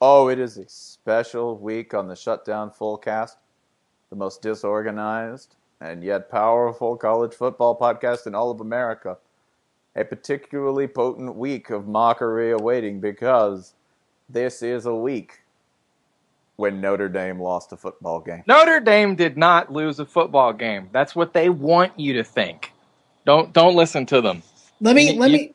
Oh, it is a special week on the Shutdown Fullcast, the most disorganized and yet powerful college football podcast in all of America. A particularly potent week of mockery awaiting because this is a week when Notre Dame lost a football game. Notre Dame did not lose a football game. That's what they want you to think. Don't don't listen to them. Let me You- let you- me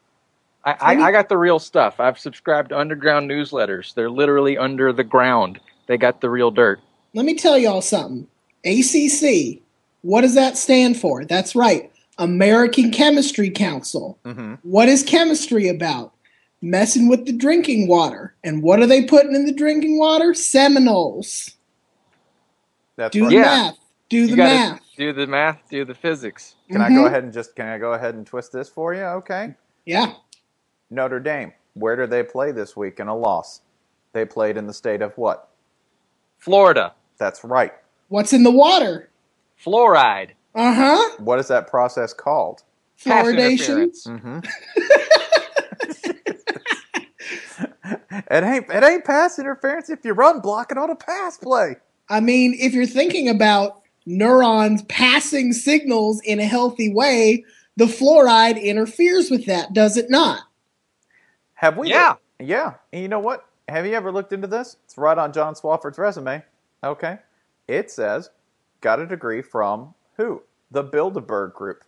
I, I, I got the real stuff. I've subscribed to underground newsletters. They're literally under the ground. They got the real dirt. let me tell y'all something. ACC, what does that stand for? That's right. American Chemistry Council. Mm-hmm. What is chemistry about? Messing with the drinking water. And what are they putting in the drinking water? Seminoles. That's Do right. the Yeah. math. Do the you gotta math. do the math, do the physics. Can I Mhm. go ahead and just can I go ahead and twist this for you? Okay. Yeah. Notre Dame. Where do they play this week in a loss? They played in the state of what? Florida, That's right. What's in the water? fluoride, Uh huh. What is that process called? pass Fluoridation. interference. Mm-hmm. it ain't it ain't pass interference if you run blocking on a pass play. I mean, if you're thinking about neurons passing signals in a healthy way, the fluoride interferes with that, does it not? Have we? Yeah. yeah. And you know what? Have you ever looked into this? It's right on John Swafford's resume. Okay. It says, got a degree from who? The Bilderberg Group.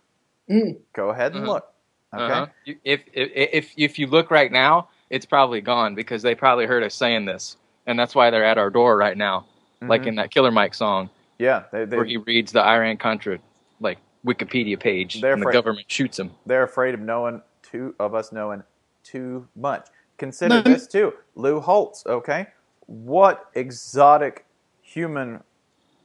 Mm. Go ahead and Uh-huh. look. Okay. Uh-huh. You- If, if if if you look right now, it's probably gone because they probably heard us saying this, and that's why they're at our door right now, like Mhm. in that Killer Mike song yeah, they, where they, he reads the Iran Contra like Wikipedia page, They're and the afraid- government shoots him. they're afraid of knowing too of us knowing too much. Consider No. this too, Lou Holtz. Okay, what exotic human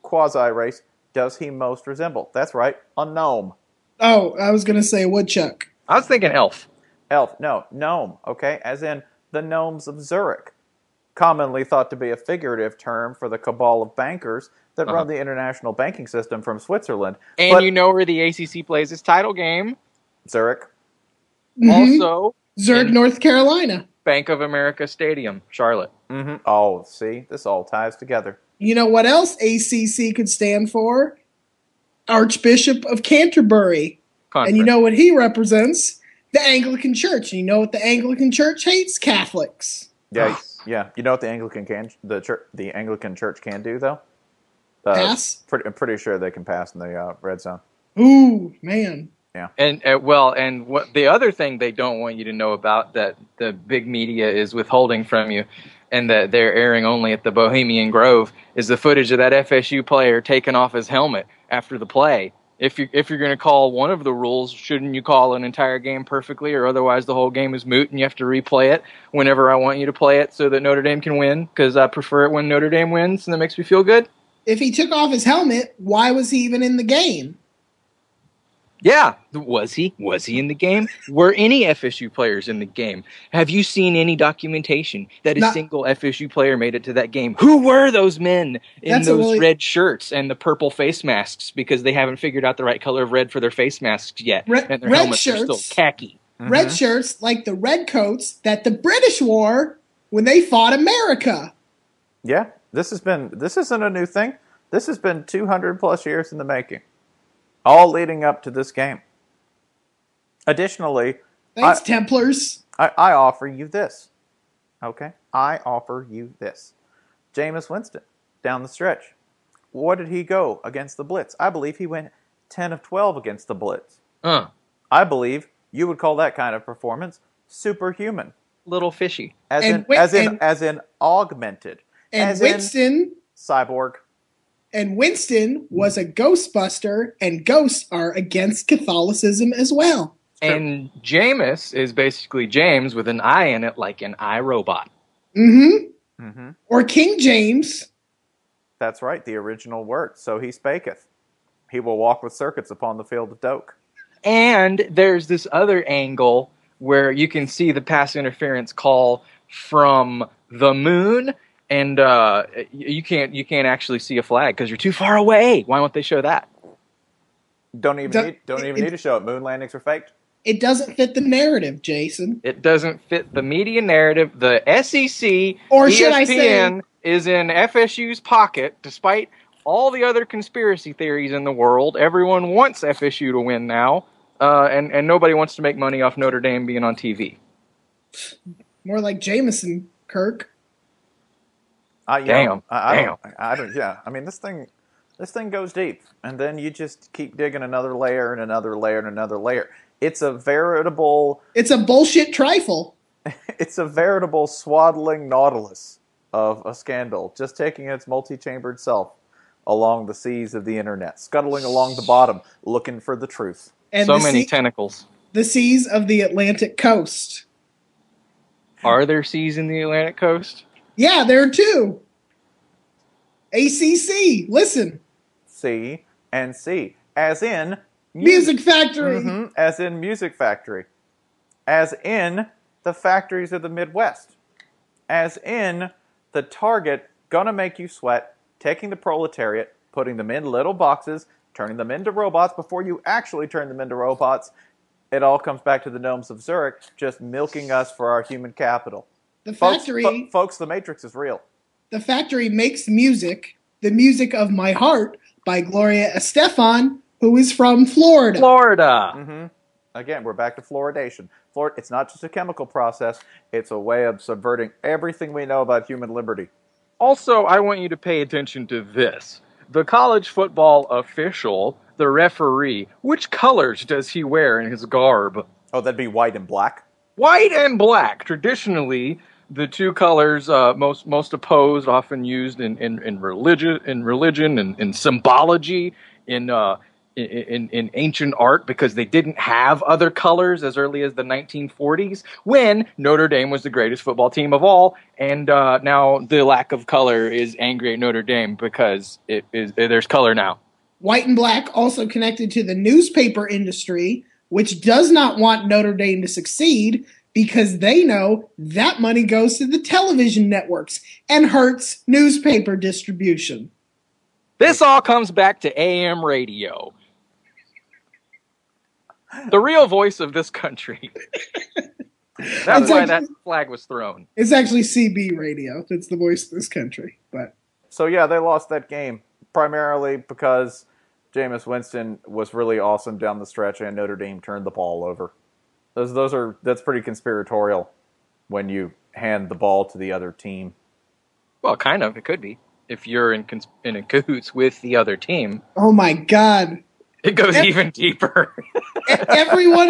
quasi race does he most resemble? That's right, a gnome. Oh, I was going to say woodchuck. I was thinking elf. Elf, no, gnome, okay, as in the gnomes of Zurich, commonly thought to be a figurative term for the cabal of bankers that Uh-huh. run the international banking system from Switzerland. And But- you know where the ACC plays its title game. Zurich, Mhm. Also, Zurich, and- North Carolina. Bank of America Stadium, Charlotte. hmm oh, see, this all ties together. You know what else ACC could stand for? Archbishop of Canterbury. Conference. And you know what he represents? The Anglican Church. And you know what the Anglican Church hates? Catholics. Yeah, Ugh. yeah. You know what the Anglican can the church the Anglican Church can do though? Uh, Pass. Pretty, I'm pretty sure they can pass in the uh, red zone. Ooh, man. And uh, well, and what the other thing they don't want you to know about that the big media is withholding from you, and that they're airing only at the Bohemian Grove is the footage of that FSU player taking off his helmet after the play. If you if you're going to call one of the rules, shouldn't you call an entire game perfectly, or otherwise the whole game is moot and you have to replay it whenever I want you to play it so that Notre Dame can win? Because I prefer it when Notre Dame wins, and that makes me feel good. If he took off his helmet, why was he even in the game? Yeah. Was he? Was he in the game? Were any FSU players in the game? Have you seen any documentation that a Not- single FSU player made it to that game? Who were those men in That's a those really- red shirts and the purple face masks because they haven't figured out the right color of red for their face masks yet? Re- and their red helmets are shirts? still khaki. Mm-hmm. Red shirts like the red coats that the British wore when they fought America. Yeah, this has been this isn't a new thing. This has been 200 plus years in the making, all leading up to this game. Additionally, Thanks, I- Templars. I, I offer you this. Okay? I offer you this. Jameis Winston, down the stretch. What did he go against the Blitz? I believe he went 10 of 12 against the Blitz. Uh, I believe you would call that kind of performance superhuman. little fishy. As And in Win- as in and- as in augmented. And as in Winston cyborg. and Winston was a ghostbuster, and ghosts are against Catholicism as well. And Jameis is basically James with an I in it, like an iRobot. Mm-hmm. hmm Or King James. That's right, the original word. So he spaketh. He will walk with circuits upon the field of doke. And there's this other angle where you can see the pass interference call from the moon, and uh, y- you can't you can't actually see a flag because you're too far away. Why won't they show that? Don't even Don't- need, don't even it- need to show it. Moon landings were faked. It doesn't fit the narrative, Jason. It doesn't fit the media narrative. The E SEC Or ESPN should I say- is in FSU's pocket despite all the other conspiracy theories in the world. Everyone wants FSU to win now. Uh, and, and nobody wants to make money off Notre Dame being on TV. More like Jameson Kirk. I, you Damn. know, I, I don't, I don't. Yeah, I mean this thing, this thing goes deep, and then you just keep digging another layer and another layer and another layer. It's a veritable, It's a bullshit trifle. it's a veritable swaddling nautilus of a scandal, just taking its multi-chambered self along the seas of the internet, scuttling along the bottom, looking for the truth. And so the, many sea- tentacles. the seas of the Atlantic coast. Are there seas in the Atlantic coast? Yeah, there are two. ACC, listen, C and C, as in Music Factory. Mhm, as in Music Factory, as in the factories of the Midwest, as in the Target gonna make you sweat, taking the proletariat, putting them in little boxes, turning them into robots before you actually turn them into robots. It all comes back to the gnomes of Zurich, just milking us for our human capital. The Folks, factory, fo- folks, the Matrix is real. the factory makes music, the music of my heart by Gloria Estefan, who is from Florida. Florida. hmm Again, we're back to fluoridation. Fluor- it's not just a chemical process; it's a way of subverting everything we know about human liberty. Also, I want you to pay attention to this. The college football official, the referee, which colors does he wear in his garb? Oh, that'd be white and black. White and black, traditionally the two colors uh, most most opposed, often used in in, in religion, in religion, and in, symbology, in uh, in, in in ancient art, because they didn't have other colors as early as the 1940s, when Notre Dame was the greatest football team of all, and uh, now the lack of color is angry at Notre Dame because it is there's color now. White and black also connected to the newspaper industry, which does not want Notre Dame to succeed because they know that money goes to the television networks and hurts newspaper distribution. This all comes back to AM radio. The real voice of this country. That's why that flag was thrown. It's actually CB radio that's the voice of this country, but So yeah, they lost that game primarily because Jameis Winston was really awesome down the stretch, and Notre Dame turned the ball over. Those those are that's pretty conspiratorial when you hand the ball to the other team. Well, kind of. It could be. If you're in, cons- in cahoots with the other team, oh my god, it goes Yep. even deeper. E- everyone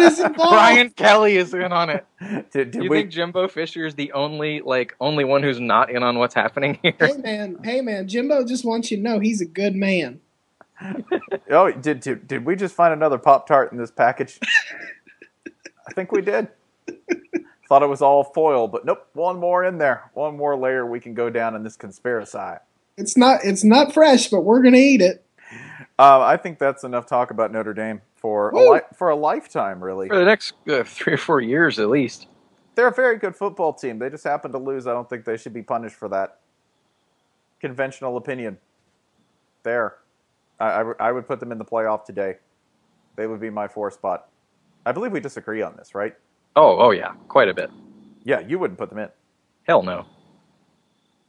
is involved. Brian Kelly is in on it. Did, Do did you we? think Jimbo Fisher is the only like only one who's not in on what's happening here? Hey man, hey man, Jimbo just wants you to know he's a good man. oh, did, did did we just find another Pop Tart in this package? I think we did. Thought it was all foil, but nope. One more in there. One more layer we can go down in this conspiracy. It's not it's not fresh, but we're gonna eat it. Uh, I think that's enough talk about Notre Dame for a Woo! li- for a lifetime, really. For the next uh, three or four years, at least. They're a very good football team. They just happen to lose. I don't think they should be punished for that. Conventional opinion. There, I I w- I would put them in the playoff today. They would be my four spot. I believe we disagree on this, right? Oh, oh yeah, quite a bit. Yeah, you wouldn't put them in. Hell no.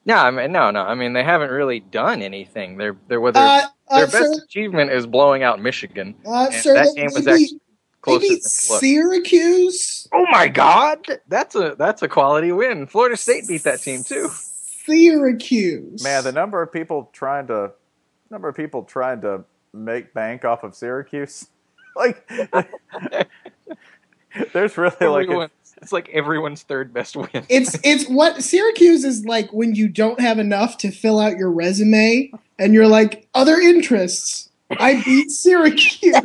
No, I mean no, no. I mean they haven't really done anything. Their their whether Uh, uh, their sir, best achievement is blowing out Michigan. uh, And sir, that they, game was they beat- actually closer they beat than it looked. Syracuse. Oh my God, that's a that's a quality win. Florida State beat that team too. Syracuse. Man, the number of people trying to number of people trying to make bank off of Syracuse, like there's really like a- Everyone- it's like everyone's third best win. it's it's what Syracuse is like when you don't have enough to fill out your resume and you're like other interests. I beat Syracuse.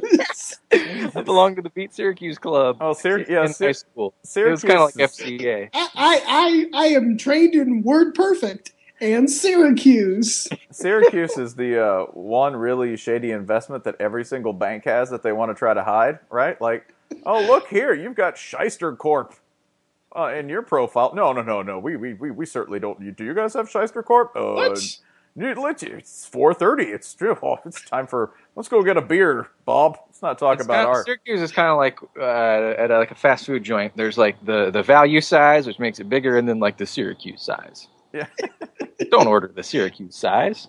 I belong to the beat Syracuse club. oh Syrac- in yeah, Syr- high school. It Syracuse. was kind of like is- FCA. I, I I I am trained in word perfect and Syracuse. Syracuse is the uh, one really shady investment that every single bank has that they want to try to hide, right? Like, oh look here, you've got Shyster Corp Oh, uh, in your profile. No, no, no, no. We we we, we certainly don't. You, do you guys have Shyster Corp? Uh, What? "You- let's- It's 4:30. It's strip off. It's time for let's go get a beer, Bob. Let's not talk It's about kinda- art." Syracuse is kind of like uh, at a, like a fast food joint. There's like the the value size, which makes it bigger, and then like the Syracuse size. Yeah. Don't order the Syracuse size.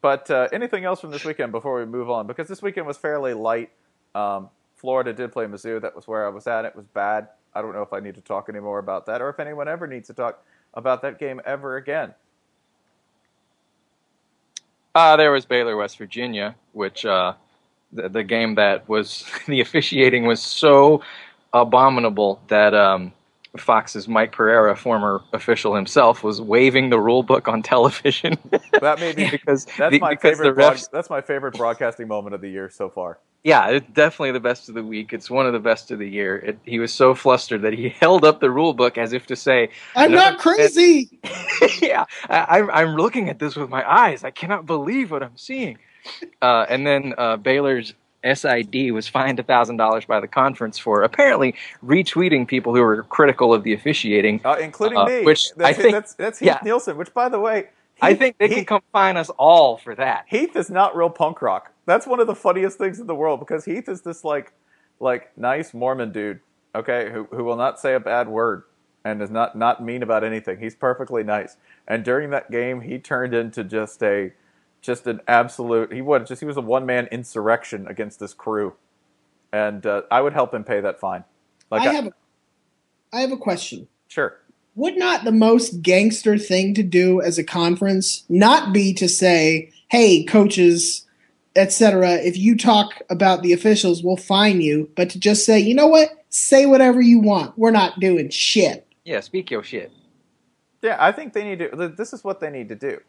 But uh, anything else from this weekend before we move on? Because this weekend was fairly light. Um, Florida did play Mizzou. That was where I was at. It was bad. I don't know if I need to talk anymore about that, or if anyone ever needs to talk about that game ever again. Uh, there was Baylor, West Virginia, which uh, the, the game that was the officiating was so abominable that um, Fox's Mike Pereira, former official himself, was waving the rule book on television That may be because that's the, my because the favorite. refs. broad- that's my favorite broadcasting moment of the year so far. Yeah, it's definitely the best of the week. It's one of the best of the year. It, he was so flustered that he held up the rule book as if to say, I'm not crazy. "Yeah, I, I'm I'm looking at this with my eyes. I cannot believe what I'm seeing." Uh, and then uh, Baylor's SID was fined a thousand dollars by the conference for apparently retweeting people who were critical of the officiating. uh, including Uh, me. which that's, I think- that's, that's Heath yeah. Nielsen. Which, by the way, I Heath- think they Heath, can come fine us all for that. Heath is not real punk rock. That's one of the funniest things in the world because Heath is this like, like nice Mormon dude, okay, who who will not say a bad word and is not not mean about anything. He's perfectly nice. And during that game, he turned into just a, just an absolute. He was just he was a one man insurrection against this crew, and uh, I would help him pay that fine. Like, I have, a, I have a question. sure. Would not the most gangster thing to do as a conference not be to say, "Hey, coaches, etc. If you talk about the officials, we'll fine you," but to just say, "You know what? Say whatever you want. We're not doing shit." Yeah, speak your shit. Yeah, I think they need to. th- This is what they need to do.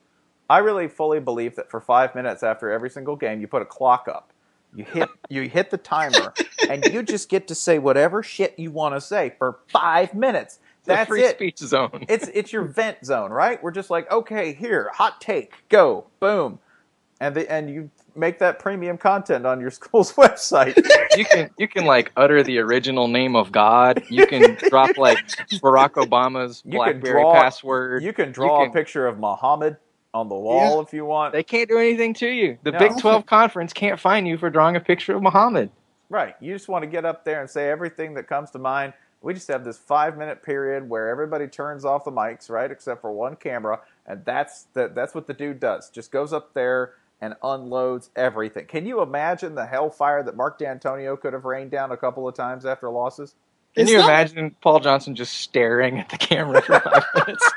I really fully believe that for five minutes after every single game, you put a clock up, you hit you hit the timer, and you just get to say whatever shit you want to say for five minutes. the That's free it. speech zone. It's it's your vent zone, right? We're just like, okay, here, hot take, go, boom, and the and you make that premium content on your school's website. you can you can like utter the original name of God. You can drop like Barack Obama's You can BlackBerry draw- password. You can draw can- a picture of Muhammad on the wall if you want. they can't do anything to you. The No. Big Twelve conference can't find you for drawing a picture of Muhammad. Right. You just want to get up there and say everything that comes to mind. We just have this five minute period where everybody turns off the mics, right, except for one camera, and that's the, that's what the dude does. Just goes up there and unloads everything. Can you imagine the hellfire that Mark D'Antonio could have rained down a couple of times after losses? Can It's you not- imagine Paul Johnson just staring at the camera for five minutes?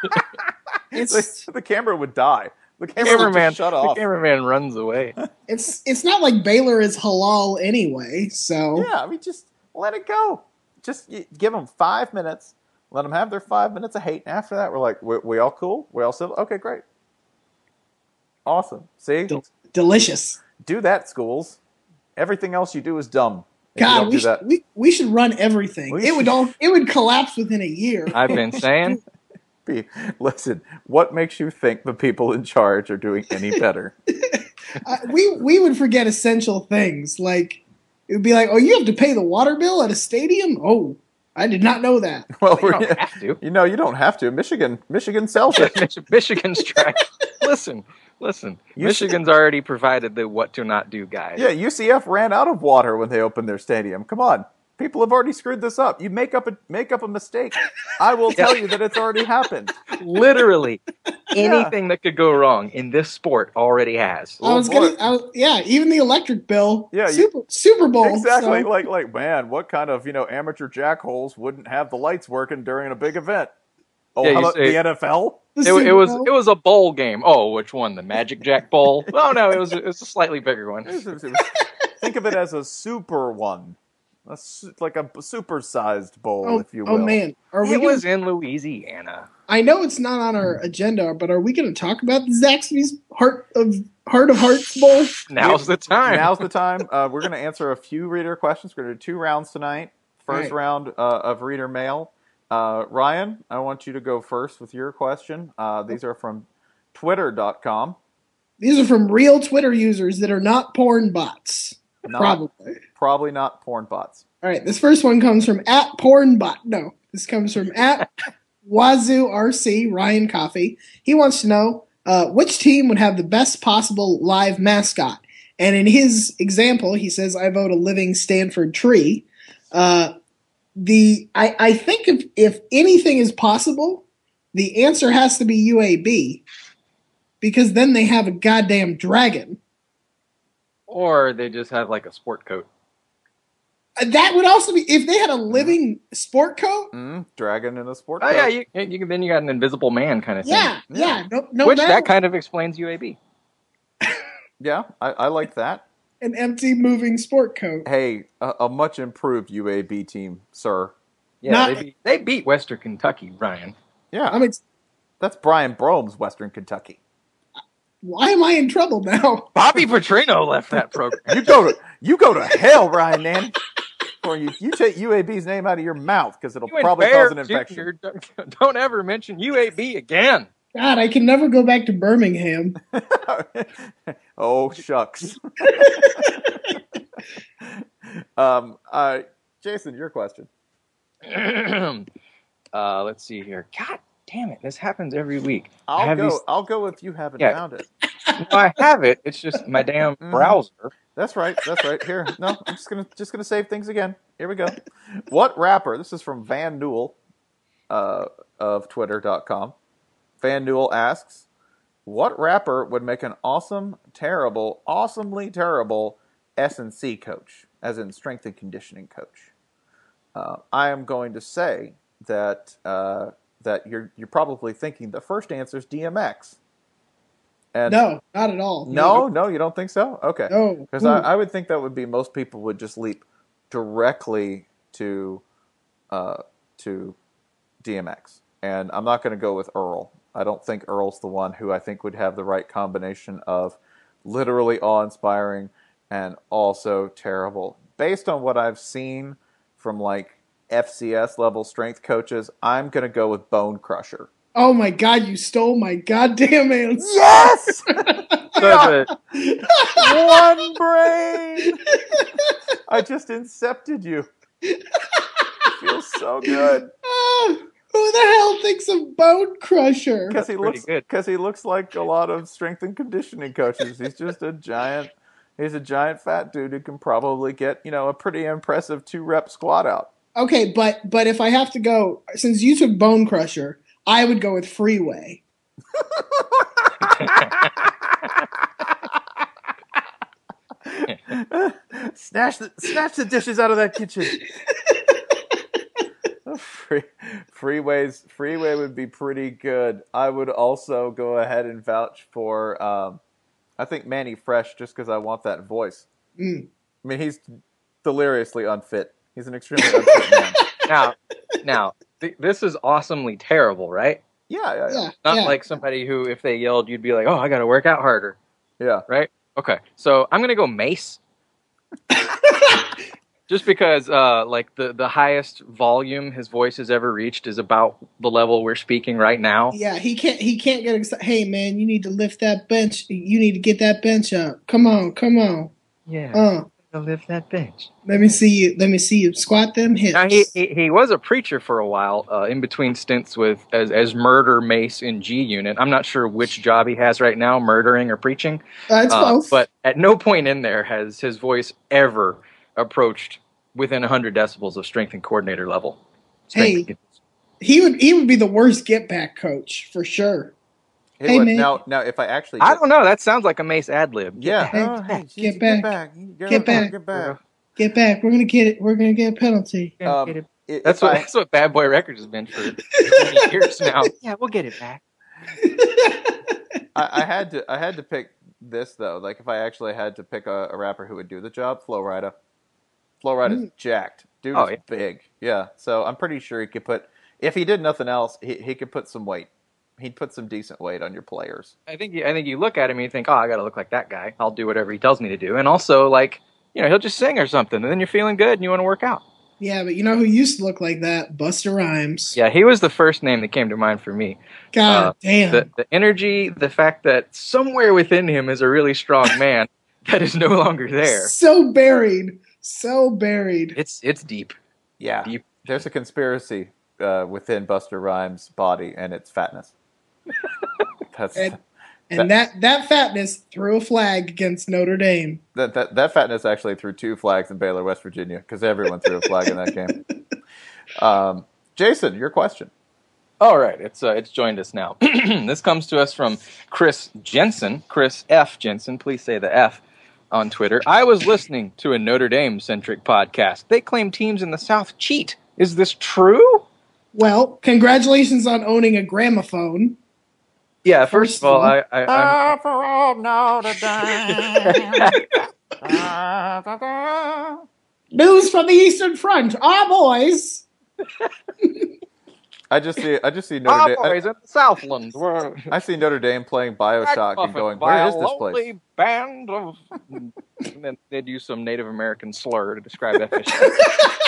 It's- the, the camera would die. The camera would cameraman, just shut off. The cameraman runs away. It's it's not like Baylor is halal anyway, so Yeah, I mean, just let it go. Just y- give them five minutes. Let them have their five minutes of hate, and after that, we're like, we, we all cool. We all civil. Okay, great. Awesome. See, Del- delicious. do that, schools. Everything else you do is dumb. if you God, don't we do should, that. we we should run everything. We it would should. all it would collapse within a year. I've been saying Be- Listen, what makes you think the people in charge are doing any better? I, we we would forget essential things like it would be like, oh, you have to pay the water bill at a stadium. Oh, I did not know that. well, you we're, don't have to. you know, you don't have to. Michigan, Michigan sells it. Mich- Michigan strike. listen, listen. You should- Michigan's already provided the what to not do guide. Yeah, UCF ran out of water when they opened their stadium. Come on. People have already screwed this up. You make up a make up a mistake. I will tell you that it's already happened. literally anything that could go wrong in this sport already has. Oh, I was boy. gonna, I was, yeah, even the electric bill. Yeah, you- Super Super Bowl. exactly. so- Like like man, what kind of, you know, amateur jackholes wouldn't have the lights working during a big event? Oh, Yeah, how you about say- the NFL? the It, Super it was Bowl. it was a bowl game. Oh, which one? The Magic Jack Bowl? Oh no, it was it was a slightly bigger one. Think of it as a super one. A su- like a super sized bowl, Oh, if you will. oh man, are we? It Gonna, was in Louisiana. I know it's not on our agenda, but are we going to talk about the Zaxby's Heart of Heart of Hearts Bowl? Now's the time. Now's the time. Uh, we're going to answer a few reader questions. We're going to do two rounds tonight. First Right. round uh, of reader mail. Uh, Ryan, I want you to go first with your question. Uh, these are from twitter.com. These are from real Twitter users that are not porn bots. Not, Probably. Probably not porn bots. All right, this first one comes from at Pornbot. No, this comes from at Wazoo RC Ryan Coffee. He wants to know uh, which team would have the best possible live mascot? And in his example, he says, I vote a living Stanford tree. Uh, the I, I think if, if anything is possible, the answer has to be UAB because then they have a goddamn dragon. Or they just have like a sport coat. Uh, That would also be if they had a living sport coat. Mm, dragon in a sport Oh coat. yeah, you, you can, then you got an invisible man kind of thing. Yeah, Yeah. yeah, no, no Which matter- that kind of explains UAB. Yeah, I, I like that. an empty moving sport coat. Hey, a, a much improved UAB team, sir. Yeah, Not- they, beat, they beat Western Kentucky, Ryan. Yeah, I'm ex- that's Brian Brome's Western Kentucky. why am I in trouble now? Bobby Petrino left that program. You go to you go to hell, Ryan Nan. Or you, you take UAB's name out of your mouth because it'll You and probably Bear cause an infection. Jr. don't, don't ever mention UAB again. God, I can never go back to Birmingham. oh shucks. um, uh, Jason, your question. uh, let's see here. God damn it! This happens every week. I I'll have go. these- I'll go if you haven't Yeah. found it. No, I have it. It's just my damn Mhm. browser. That's right. That's right. Here, no, I'm just gonna just gonna save things again. Here we go. What rapper? This is from Van Newell uh, of Twitter.com. Van Newell asks, "What rapper would make an awesome, terrible, awesomely terrible S and C coach, as in strength and conditioning coach?" Uh, I am going to say that uh, that you're you're probably thinking the first answer is DMX. And No, not at all. no, no, you don't think so? Okay. no. Because I, I would think that would be most people would just leap directly to uh, to DMX, and I'm not going to go with Earl. I don't think Earl's the one who I think would have the right combination of literally awe-inspiring and also terrible. Based on what I've seen from like FCS level strength coaches, I'm going to go with Bone Crusher. oh my God, you stole my goddamn answer. Yes, So the, one brain. I just incepted you. It feels so good Ah, who the hell thinks of Bone Crusher? because he pretty looks good. because he looks like a lot of strength and conditioning coaches. He's just a giant. He's a giant fat dude who can probably get you know a pretty impressive two rep squat out. Okay, but but if I have to go, since you took Bone Crusher, I would go with Freeway. snatch the snatch the dishes out of that kitchen. Free, freeways freeway would be pretty good. I would also go ahead and vouch for um, I think Manny Fresh just because I want that voice. Mm. I mean he's deliriously unfit. He's an extremely unfit man. now, now th- this is awesomely terrible, right? Yeah, yeah, yeah. Yeah, Not yeah. like somebody who, if they yelled, you'd be like, "Oh, I got to work out harder." yeah. Okay, so I'm gonna go Mace, just because uh, like the the highest volume his voice has ever reached is about the level we're speaking right now. yeah, he can't he can't get excited. Hey man, you need to lift that bench. You need to get that bench up. Come on, come on. Yeah, Uh, lift that bench. let me see you. Let me see you squat them hips. Now he, he he was a preacher for a while, uh, in between stints with as as murder mace in G Unit. I'm not sure which job he has right now, murdering or preaching. Uh, it's Uh, both. but at no point in there has his voice ever approached within 100 decibels of strength and coordinator level. Strength- he would he would be the worst get back coach for sure. He Hey, would- man. now now if I actually I get- don't know. That sounds like a mace ad lib. yeah. Hey, Oh, hey, get Jesus, back. Get back. Get back. Get back. Get back. We're gonna get it. We're gonna get a penalty. Um, If that's what I- that's what Bad Boy Records has been for 20 years now. Yeah, we'll get it back. I, I had to I had to pick this though. Like if I actually had to pick a, a rapper who would do the job, Flo Rida. Flo Rida's jacked. Dude Oh, is yeah. big. Yeah. So I'm pretty sure he could put if he did nothing else, he he could put some weight. He'd put some decent weight on your players. I think you, I think you look at him and you think, oh, I got to look like that guy. I'll do whatever he tells me to do. And also, like, you know, he'll just sing or something, and then you're feeling good and you want to work out. Yeah, but you know who used to look like that? Buster Rhymes. Yeah, he was the first name that came to mind for me. God Uh, damn. The the energy, the fact that somewhere within him is a really strong man that is no longer there. So buried. So buried. It's it's deep. Yeah. Deep. There's a conspiracy uh, within Buster Rhymes' body and its fatness. That's And- And that, that fatness threw a flag against Notre Dame. That, that, that fatness actually threw two flags in Baylor, West Virginia, because everyone threw a flag in that game. Um, Jason, your question. All right, it's uh, it's joined us now. this comes to us from Chris Jensen, Chris F Jensen. Please say the F on Twitter. I was listening to a Notre Dame centric podcast. They claim teams in the South cheat. Is this true? Well, congratulations on owning a gramophone. Yeah. First of all, I, I I'm- Up for old Notre Dame. Da, da, da. News from the Eastern Front. Our boys. I just see I just see Ah, Notre Dame. boys in the Southland. We're I see Notre Dame playing Bioshock and Buffett going, by where a is this lonely place? band of. and then they'd use some Native American slur to describe that fish.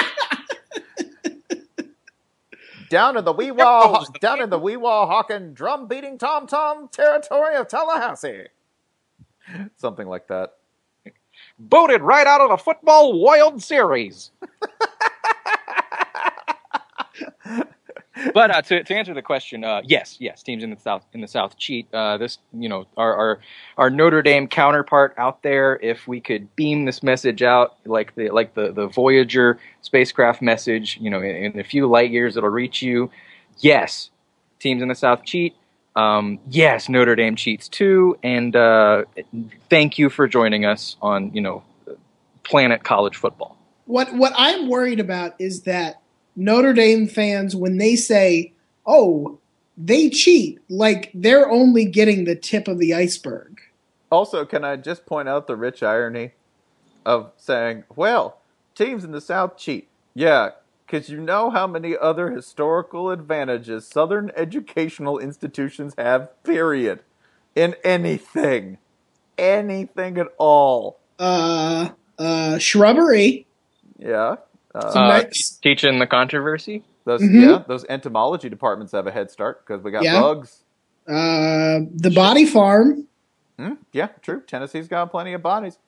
Down in the wee wall, down in the wee wall hawking, drum beating tom tom territory of Tallahassee. Something like that. Booted right out of the football World Series. but uh, to, to answer the question, uh, yes, yes, teams in the south in the south cheat. Uh, this, you know, our, our our Notre Dame counterpart out there. If we could beam this message out, like the like the the Voyager spacecraft message, you know, in, in a few light years it'll reach you. Yes, teams in the south cheat. Um, yes, Notre Dame cheats too. And uh, thank you for joining us on you know planet college football What what I'm worried about is that Notre Dame fans, when they say, "Oh, they cheat," like they're only getting the tip of the iceberg. Also, can I just point out the rich irony of saying, well, teams in the South cheat? Yeah, because you know how many other historical advantages Southern educational institutions have, period. In anything. Anything at all. Uh, uh, shrubbery. Yeah. Uh, Some Uh, nice- teaching the controversy those, Mhm. Yeah, those entomology departments have a head start because we got Yeah. bugs. uh, the body farm. Hmm? Yeah, true. Tennessee's got plenty of bodies.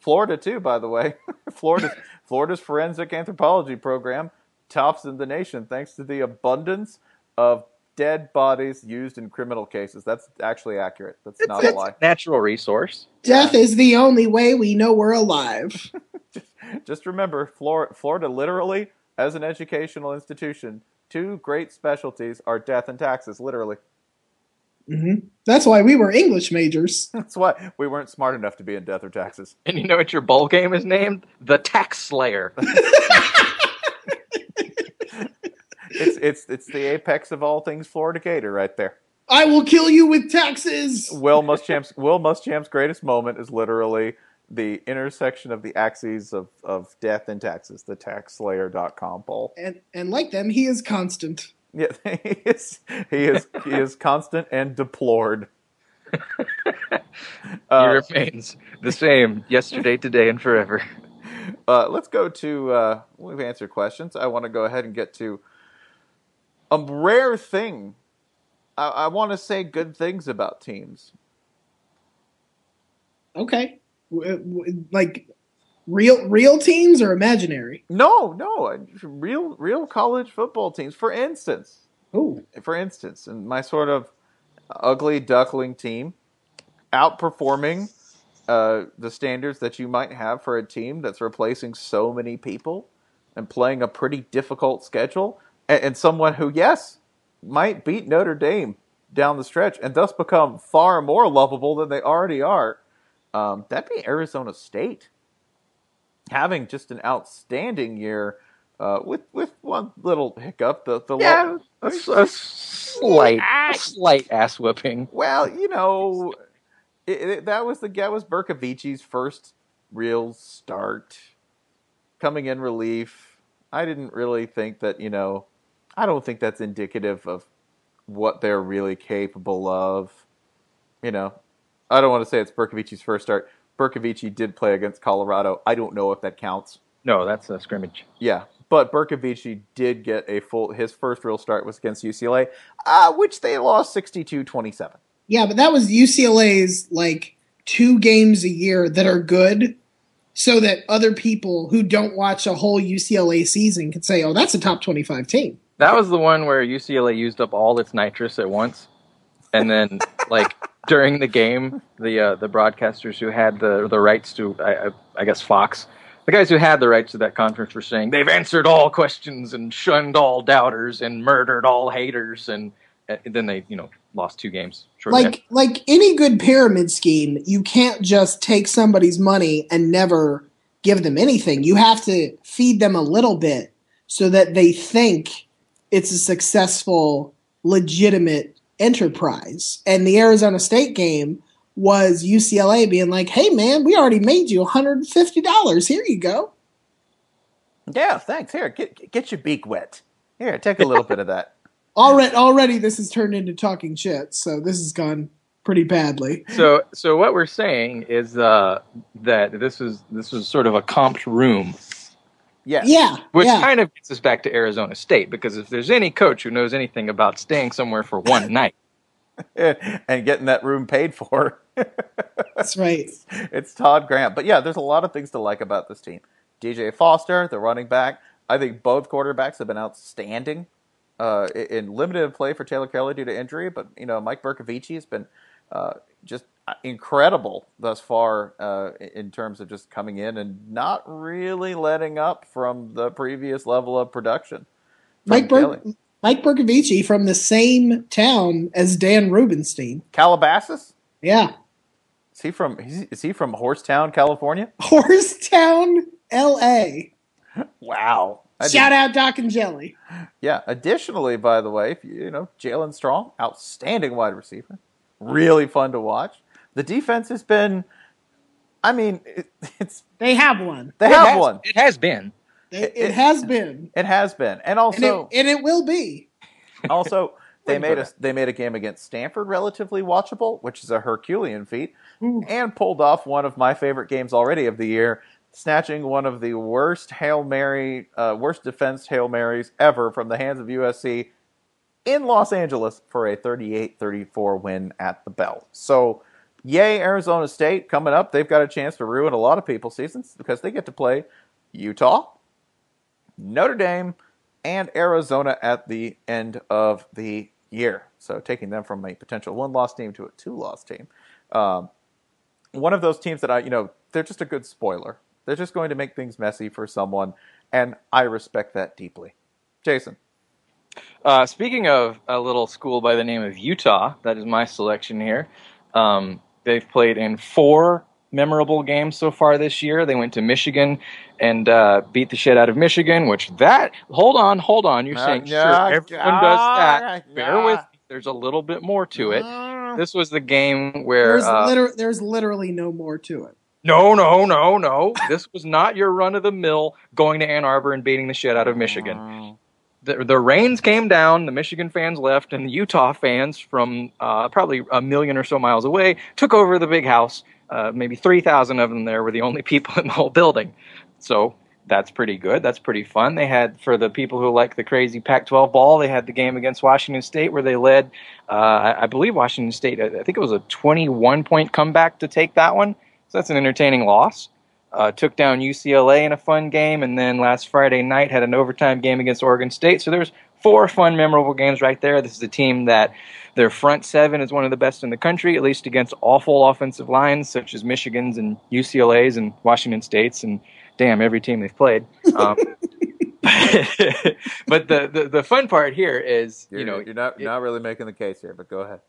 Florida too, by the way. Florida's Florida's forensic anthropology program tops in the nation thanks to the abundance of dead bodies used in criminal cases. That's actually accurate. That's not a it's- lie. natural resource Death is the only way we know we're alive. Just remember, Flor- Florida literally, as an educational institution, two great specialties are death and taxes. Literally, hmm That's why we were English majors. that's why we weren't smart enough to be in death or taxes. and you know what your bowl game is named the tax slayer It's it's it's the apex of all things Florida Gator right there. I will kill you with taxes. Will Muschamp's Will Muschamp's greatest moment is literally the intersection of the axes of, of death and taxes, the taxslayer.com poll. And and like them, he is constant. Yeah, he is he is he is constant and deplored. he Uh, remains the same yesterday today and forever uh, let's go to uh, we've answered questions. I want to go ahead and get to a rare thing. I, I want to say good things about teams. Okay, W- w- like real real teams or imaginary. No, no, real real college football teams. For instance, Oh, for instance, and my sort of ugly duckling team outperforming uh, the standards that you might have for a team that's replacing so many people and playing a pretty difficult schedule, and, and someone who, yes, might beat Notre Dame down the stretch and thus become far more lovable than they already are. Um, that'd be Arizona State having just an outstanding year. Uh, with with one little hiccup, the the yeah a, s- a slight a slight ass whipping well, you know, it, it, that was the that was Berkovici's first real start, coming in relief. I didn't really think that you know, I don't think that's indicative of what they're really capable of. You know, I don't want to say it's Berkovici's first start. Berkovici did play against Colorado. I don't know if that counts. no that's a scrimmage Yeah, but Berkovici did get a full. His first real start was against UCLA, uh, which they lost 62-27. yeah, but that was UCLA's like two games a year that are good, so that other people who don't watch a whole UCLA season can say, "Oh, that's a top twenty-five team." that was the one where ucla used up all its nitrous at once and then like during the game, the uh, the broadcasters who had the the rights to, I, I- I guess Fox, the guys who had the rights to that conference were saying they've answered all questions and shunned all doubters and murdered all haters, and, uh, then they you know lost two games. shortly like like any good pyramid scheme you can't just take somebody's money and never give them anything you have to feed them a little bit so that they think it's a successful legitimate enterprise and the arizona state game was ucla being like hey man we already made you $150 here you go Yeah, thanks. Here, get get your beak wet. Here, take a little bit of that. already already this has turned into talking shit so this has gone pretty badly so so what we're saying is uh, that this is this was sort of a comped room, Yeah. yeah which yeah kind of gets us back to Arizona State because if there's any coach who knows anything about staying somewhere for one night, and getting that room paid for. that's right it's Todd Graham. But yeah, there's a lot of things to like about this team. DJ Foster, the running back. I think both quarterbacks have been outstanding. Uh, i- in limited play for Taylor Kelly due to injury, but you know Mike Bercovici has been uh, just incredible thus far uh, i- in terms of just coming in and not really letting up from the previous level of production. from Mike Ber- Kelly. Mike Bercovici from the same town as Dan Rubenstein. Calabasas. Yeah. Is he from? he's- Is he from Horsetown, California? Horsetown, LA. Wow! I didn't Shout out Doc and Jelly. Yeah. Additionally, by the way, if you, you know Jalen Strong, outstanding wide receiver, really fun to watch. The defense has been, I mean, it, it's They have one. they it have has- one. It has been. They, It- it, it- has been. It has been, and And, also, it, and it will be. also they Wait a made a minute. they made a game against Stanford relatively watchable, which is a Herculean feat, Ooh. and pulled off one of my favorite games already of the year. Snatching one of the worst Hail Mary, uh, worst defense Hail Marys ever from the hands of USC in Los Angeles for a 38-34 win at the bell. So, yay Arizona State coming up. They've got a chance to ruin a lot of people's seasons because they get to play Utah, Notre Dame, and Arizona at the end of the year. So, taking them from a potential one-loss team to a two-loss team. Um, one of those teams that I, you know, they're just a good spoiler. They're just going to make things messy for someone, and I respect that deeply. Jason, Uh, speaking of a little school by the name of Utah, that is my selection here. Um, they've played in four memorable games so far this year. They went to Michigan and uh, beat the shit out of Michigan, which that, hold on, hold on. You're Uh, saying, yeah, sure, everyone does that. yeah, Bear yeah. with me. There's a little bit more to it. Mm. This was the game where. There's, Uh, liter- there's literally no more to it. no, no, no, no. This was not your run of the mill going to Ann Arbor and beating the shit out of Michigan. the, the rains came down, the Michigan fans left, and the Utah fans from uh, probably a million or so miles away took over the big house. Uh, maybe 3,000 of them there were the only people in the whole building. So that's pretty good. That's pretty fun. They had, for the people who like the crazy Pac 12 ball, they had the game against Washington State where they led, uh, I, I believe, Washington State, I, I think it was a 21 point comeback to take that one. So that's an entertaining loss uh, took down UCLA in a fun game, and then last Friday night had an overtime game against Oregon State. So there's four fun, memorable games right there. This is a team that their front seven is one of the best in the country, at least against awful offensive lines such as Michigan's and UCLA's and Washington State's and damn every team they've played. Um, but the, the the fun part here is You're, you know you're not it- not really making the case here, but go ahead.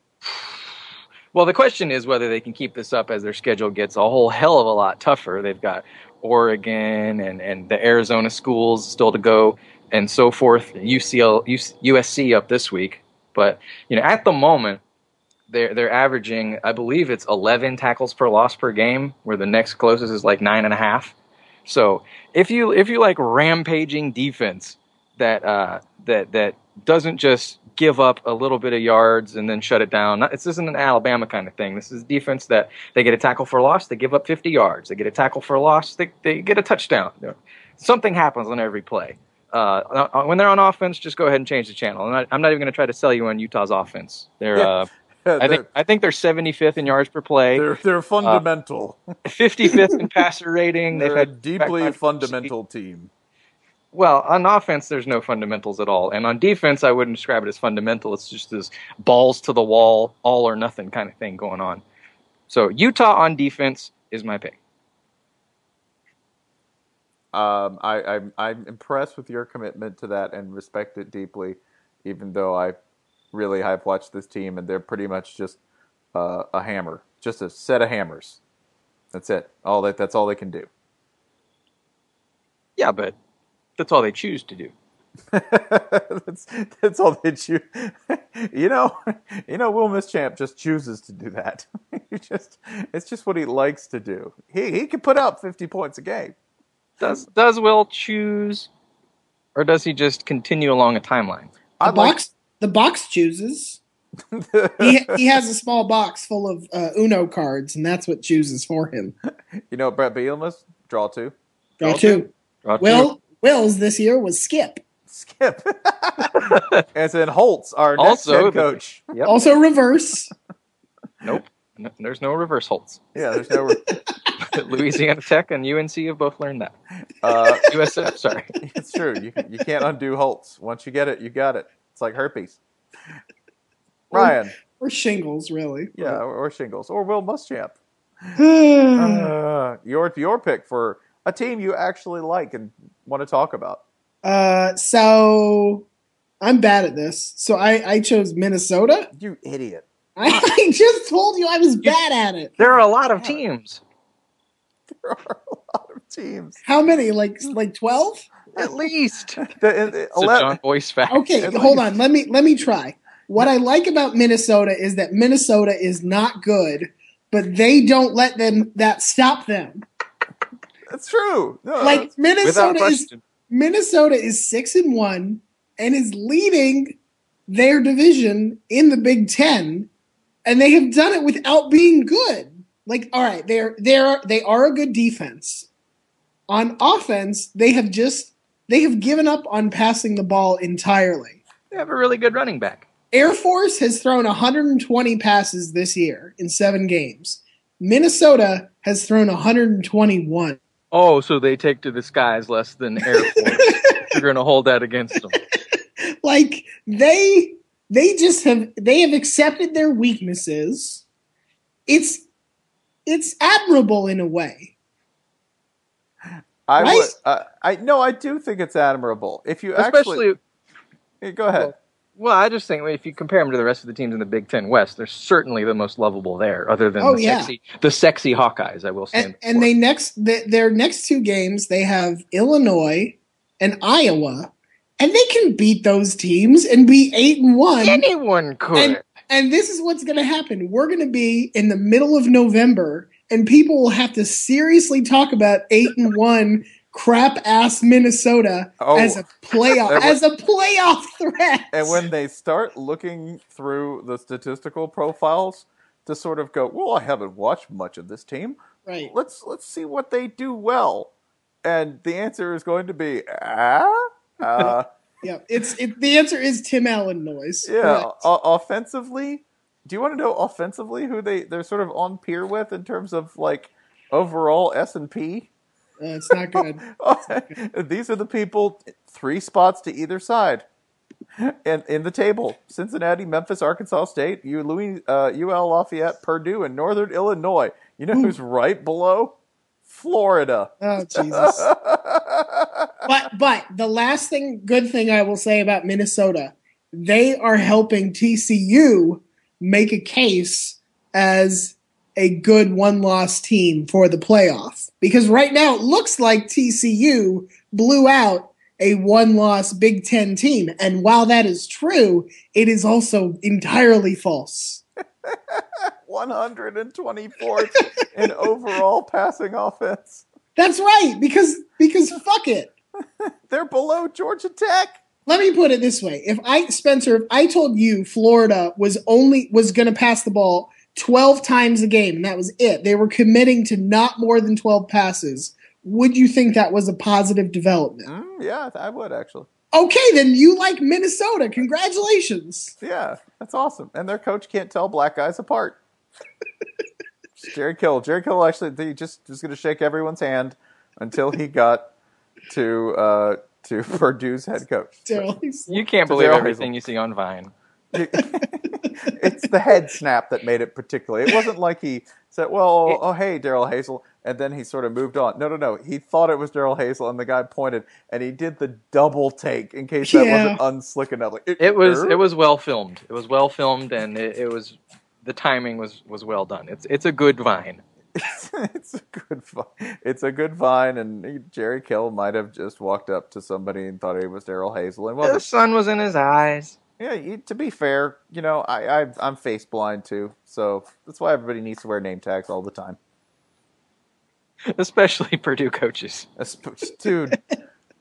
Well, the question is whether they can keep this up as their schedule gets a whole hell of a lot tougher. They've got Oregon and, and the Arizona schools still to go and so forth. UCL, US USC up this week. But, you know, at the moment, they're, they're averaging, I believe it's 11 tackles per loss per game, where the next closest is like nine and a half. So if you if you like rampaging defense that uh, that that doesn't just give up a little bit of yards and then shut it down. Not- This isn't an Alabama kind of thing. This is defense that they get a tackle for a loss, they give up 50 yards. They get a tackle for a loss, they, they get a touchdown. Something happens on every play. Uh, on- when they're on offense, just go ahead and change the channel. I'm not, I'm not even going to try to sell you on Utah's offense. They're, uh, I think, uh, I think they're 75th in yards per play, they're, they're fundamental. 55th in passer rating. They've they're a had deeply back- fundamental team. well, on offense, there's no fundamentals at all. And on defense, I wouldn't describe it as fundamental. It's just this balls to the wall, all or nothing kind of thing going on. So Utah on defense is my pick. Um, I, I'm, I'm impressed with your commitment to that and respect it deeply, even though I really have watched this team and they're pretty much just uh, a hammer, just a set of hammers. That's it. All that that's all they can do. Yeah, but that's all they choose to do. that's that's all they choose. you know, you know, Will Mischamp just chooses to do that. he just it's just what he likes to do. He he can put up fifty points a game. Does does Will choose, or does he just continue along a timeline? The I'd like box the box chooses. he, he has a small box full of uh, Uno cards, and that's what chooses for him. you know Brett Bielema's draw two. Draw Draw Draw two. two. Will Will's this year was Skip. Skip. As in Holtz, our next Also head the- coach. Yep. Also reverse. Nope. No- there's no reverse holds. Yeah, there's no. Louisiana Tech and UNC have both learned that. Uh, USF, sorry. it's true. You you can't undo Holtz. Once you get it, you got it. It's like herpes. Ryan, Or shingles, really. yeah, or, or shingles, or Will Muschamp. uh, Uh, your your pick for a team you actually like and want to talk about. Uh, so I'm bad at this. So I, I chose Minnesota. You idiot! I, I just told you I was bad at it. There are a lot of teams. There are a lot of teams. How many? Like like twelve? At least. The, in- the- It's a ele- John Boyce fact. Okay, At hold least. on. Let me let me try. What I like about Minnesota is that Minnesota is not good, but they don't let them that stop them. That's true. No, Like Without Minnesota is question. Minnesota is six and one and is leading their division in the Big Ten, and they have done it without being good. Like, all right, they're they're they are a good defense. On offense, they have just they have given up on passing the ball entirely. They have a really good running back. Air Force has thrown 120 passes this year in seven games. Minnesota has thrown 121. Oh, so they take to the skies less than Air Force. You're going to hold that against them. like they they just have they have accepted their weaknesses it's it's admirable in a way I right? would. I, I no, I do think it's admirable. If you Especially, actually, Yeah, go ahead. well, I just think if you compare them to the rest of the teams in the Big Ten West, they're certainly the most lovable there, other than Oh, the, yeah. sexy, the sexy Hawkeyes, I will stand and, and they next th their next two games they have illinois and iowa and they can beat those teams and be eight and one Anyone could. And- and this is what's going to happen we're going to be in the middle of november and people will have to seriously talk about eight and one crap ass minnesota Oh, as a playoff That as a playoff threat. and when they start looking through the statistical profiles to sort of go, well, I haven't watched much of this team. right, Let's let's see what they do well, and the answer is going to be ah. Uh, yeah, it's it, the answer is Tim Allen noise. Yeah, Right. o- offensively, do you want to know offensively who they they're sort of on peer with in terms of like overall S and P? Uh, it's not good. These are the people three spots to either side, and in the table: Cincinnati, Memphis, Arkansas State, U Louis, uh, UL Lafayette, Purdue, and Northern Illinois. You know who's right below? Florida. Oh Jesus! But but the last thing, good thing I will say about Minnesota, they are helping TCU make a case as a good one-loss team for the playoff because right now it looks like TCU blew out a one-loss Big 10 team and while that is true it is also entirely false 124th in overall passing offense. that's right because because fuck it They're below Georgia Tech. let me put it this way if i spencer if i told you florida was only was going to pass the ball 12 times a game and that was it they were committing to not more than 12 passes would you think that was a positive development Mm, yeah, I would actually. okay then you like minnesota congratulations Yeah, that's awesome. And their coach can't tell black guys apart. It's Jerry Kill. Jerry Kill actually he just was going to shake everyone's hand until he got to uh, to Purdue's head coach. Daryl Hazel. You can't To believe Daryl everything you see on Vine. it's the head snap that made it particularly. It wasn't like he said, "Well, It- oh hey, Daryl Hazel," and then he sort of moved on. No, no, no. He thought it was Daryl Hazel, and the guy pointed, and he did the double take in case that Yeah. wasn't unslick enough. Like, It was "Er?" it was well filmed. It was well filmed, and it, it was the timing was was well done. It's it's a good Vine. it's, it's a good vine. It's a good vine, and Jerry Kill might have just walked up to somebody and thought he was Daryl Hazel, and The well, sun was in his eyes. yeah. you- To be fair, you know, I, I I'm face blind too, so that's why everybody needs to wear name tags all the time. especially Purdue coaches. Esp- Dude,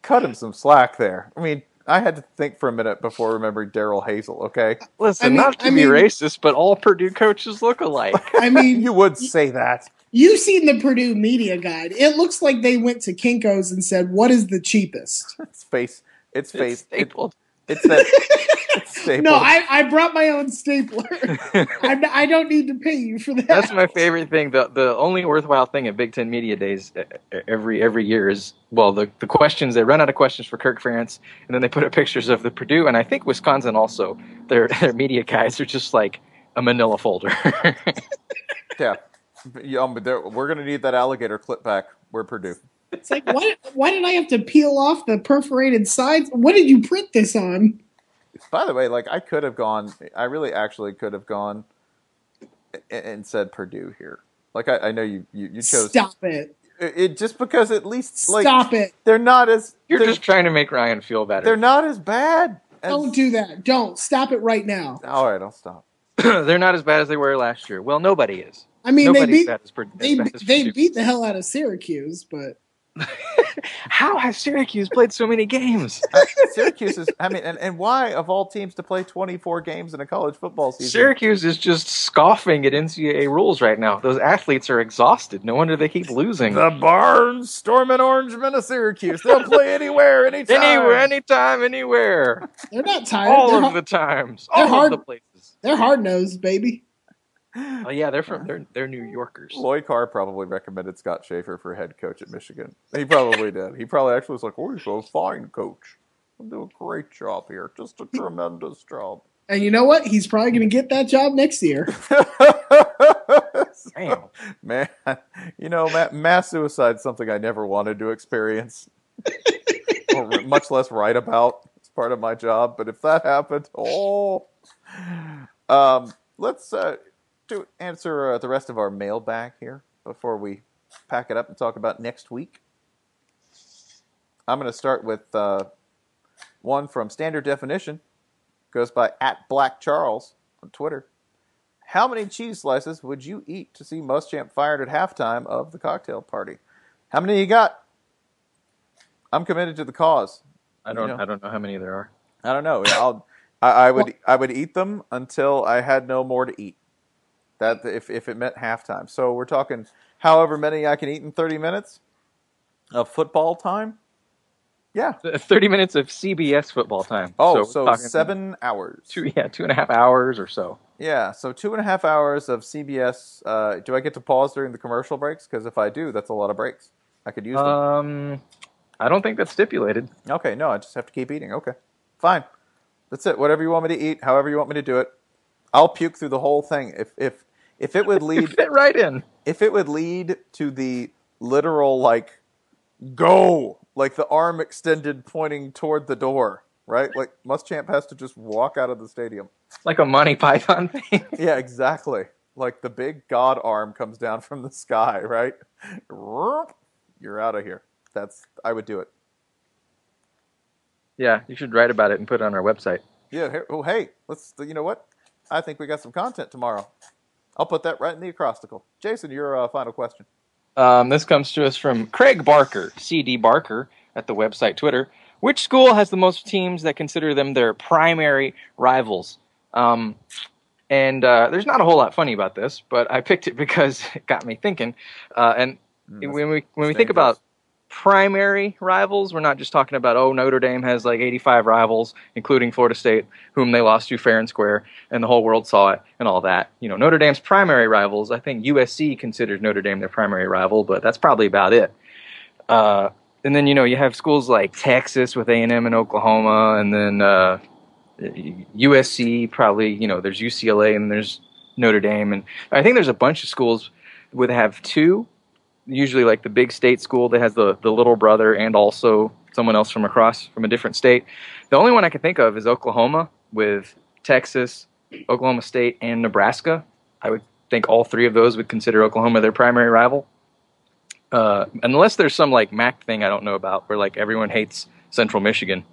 cut him some slack there. I mean, I had to think for a minute before remembering Daryl Hazel. Okay, Listen, I mean- not to I be mean- racist, but all Purdue coaches look alike. I mean, you would say that. You've seen the Purdue media guide. It looks like they went to Kinko's and said, "What is the cheapest?" It's face. It's It's face. It, stapled. it's that. it's stapled. No, I, I brought my own stapler. I'm, I don't need to pay you for that. That's my favorite thing. The the only worthwhile thing at Big Ten Media Days uh, uh, every every year is well the, the questions they run out of questions for Kirk Ferentz and then they put up pictures of the Purdue and I think Wisconsin also their their media guys are just like a Manila folder. yeah. But, yeah, um, but there, we're gonna need that alligator clip back. We're Purdue. It's like, why, why did I have to peel off the perforated sides? What did you print this on? By the way, like I could have gone. I really, actually could have gone a- and said Purdue here. Like I, I know you, you, you chose Stop it. It, it just because at least like Stop it. they're not as You're they're, just trying to make Ryan feel they're better. not as bad. As, Don't do that. Don't. Stop it right now. All right, I'll stop. They're, not as bad as they were last year. Well, nobody is. I mean, Nobody's they beat bad as, Pur- as they, bad as they Purdue. beat the hell out of Syracuse, but How has Syracuse played so many games? Uh, Syracuse is. I mean, and, and why of all teams to play 24 games in a college football season? Syracuse is just scoffing at NCAA rules right now. Those athletes are exhausted. No wonder they keep losing. The barn storming Orange men of Syracuse. They'll play anywhere, anytime. Anywhere, anytime, anywhere. they're not tired. All they're, of har- the times. they're All hard- of the places. they're hard nosed, baby. Oh yeah, they're from they're they're New Yorkers. Lloyd Carr probably recommended Scott Schaefer for head coach at Michigan. He probably did. He probably actually was like, "Oh, he's a fine coach. He'll do a great job here. Just a tremendous job." And you know what? He's probably going to get that job next year. Damn. Man, you know, ma- mass suicide is something I never wanted to experience, or re- much less write about. It's part of my job. But if that happened, oh, um, let's uh, do answer uh, the rest of our mailbag here before we pack it up and talk about next week. I'm going to start with uh, one from Standard Definition. Goes by at Black Charles on Twitter. How many cheese slices would you eat to see Muschamp fired at halftime of the cocktail party? How many you got? I'm committed to the cause. I don't You know. I don't know how many there are. I don't know. I'll, I, I would I would eat them until I had no more to eat. That if if it meant halftime. So we're talking however many I can eat in 30 minutes of football time. Yeah. Thirty minutes of CBS football time. Oh, we're so, talking seven hours. two yeah two and a half hours or so. Yeah, so two and a half hours of CBS. Uh, do I get to pause during the commercial breaks? Because if I do, that's a lot of breaks. I could use them. Um, I don't think that's stipulated. Okay, no, I just have to keep eating. Okay, fine. That's it. Whatever you want me to eat, however you want me to do it, I'll puke through the whole thing. If if if it would You lead fit right in. if it would lead to the literal like go like the arm extended pointing toward the door, right? Like Muschamp has to just walk out of the stadium. Like a Monty Python thing. Yeah, exactly. Like the big god arm comes down from the sky, right? You're out of here. That's I would do it. Yeah, you should write about it and put it on our website. Yeah. Here, oh, hey, let's. You know what? I think we got some content tomorrow. I'll put that right in the acrostical. Jason, your uh, final question. Um, this comes to us from Craig Barker, CD Barker, at the website Twitter. Which school has the most teams that consider them their primary rivals? Um, and uh, there's not a whole lot funny about this, but I picked it because it got me thinking. Uh, and Mm, when we when we that's think dangerous. about primary rivals, we're not just talking about oh Notre Dame has like 85 rivals, including Florida State, whom they lost to fair and square, and the whole world saw it and all that. You know, Notre Dame's primary rivals. I think USC considers Notre Dame their primary rival, but that's probably about it. Uh, and then you know you have schools like Texas with A and M and Oklahoma, and then uh, USC probably. You know, there's UCLA and there's Notre Dame, and I think there's a bunch of schools would have two. Usually, like the big state school that has the the little brother and also someone else from across from a different state. The only one I can think of is Oklahoma with Texas, Oklahoma State, and Nebraska. I would think all three of those would consider Oklahoma their primary rival uh, unless there's some like Mac thing I don't know about, where like everyone hates Central Michigan.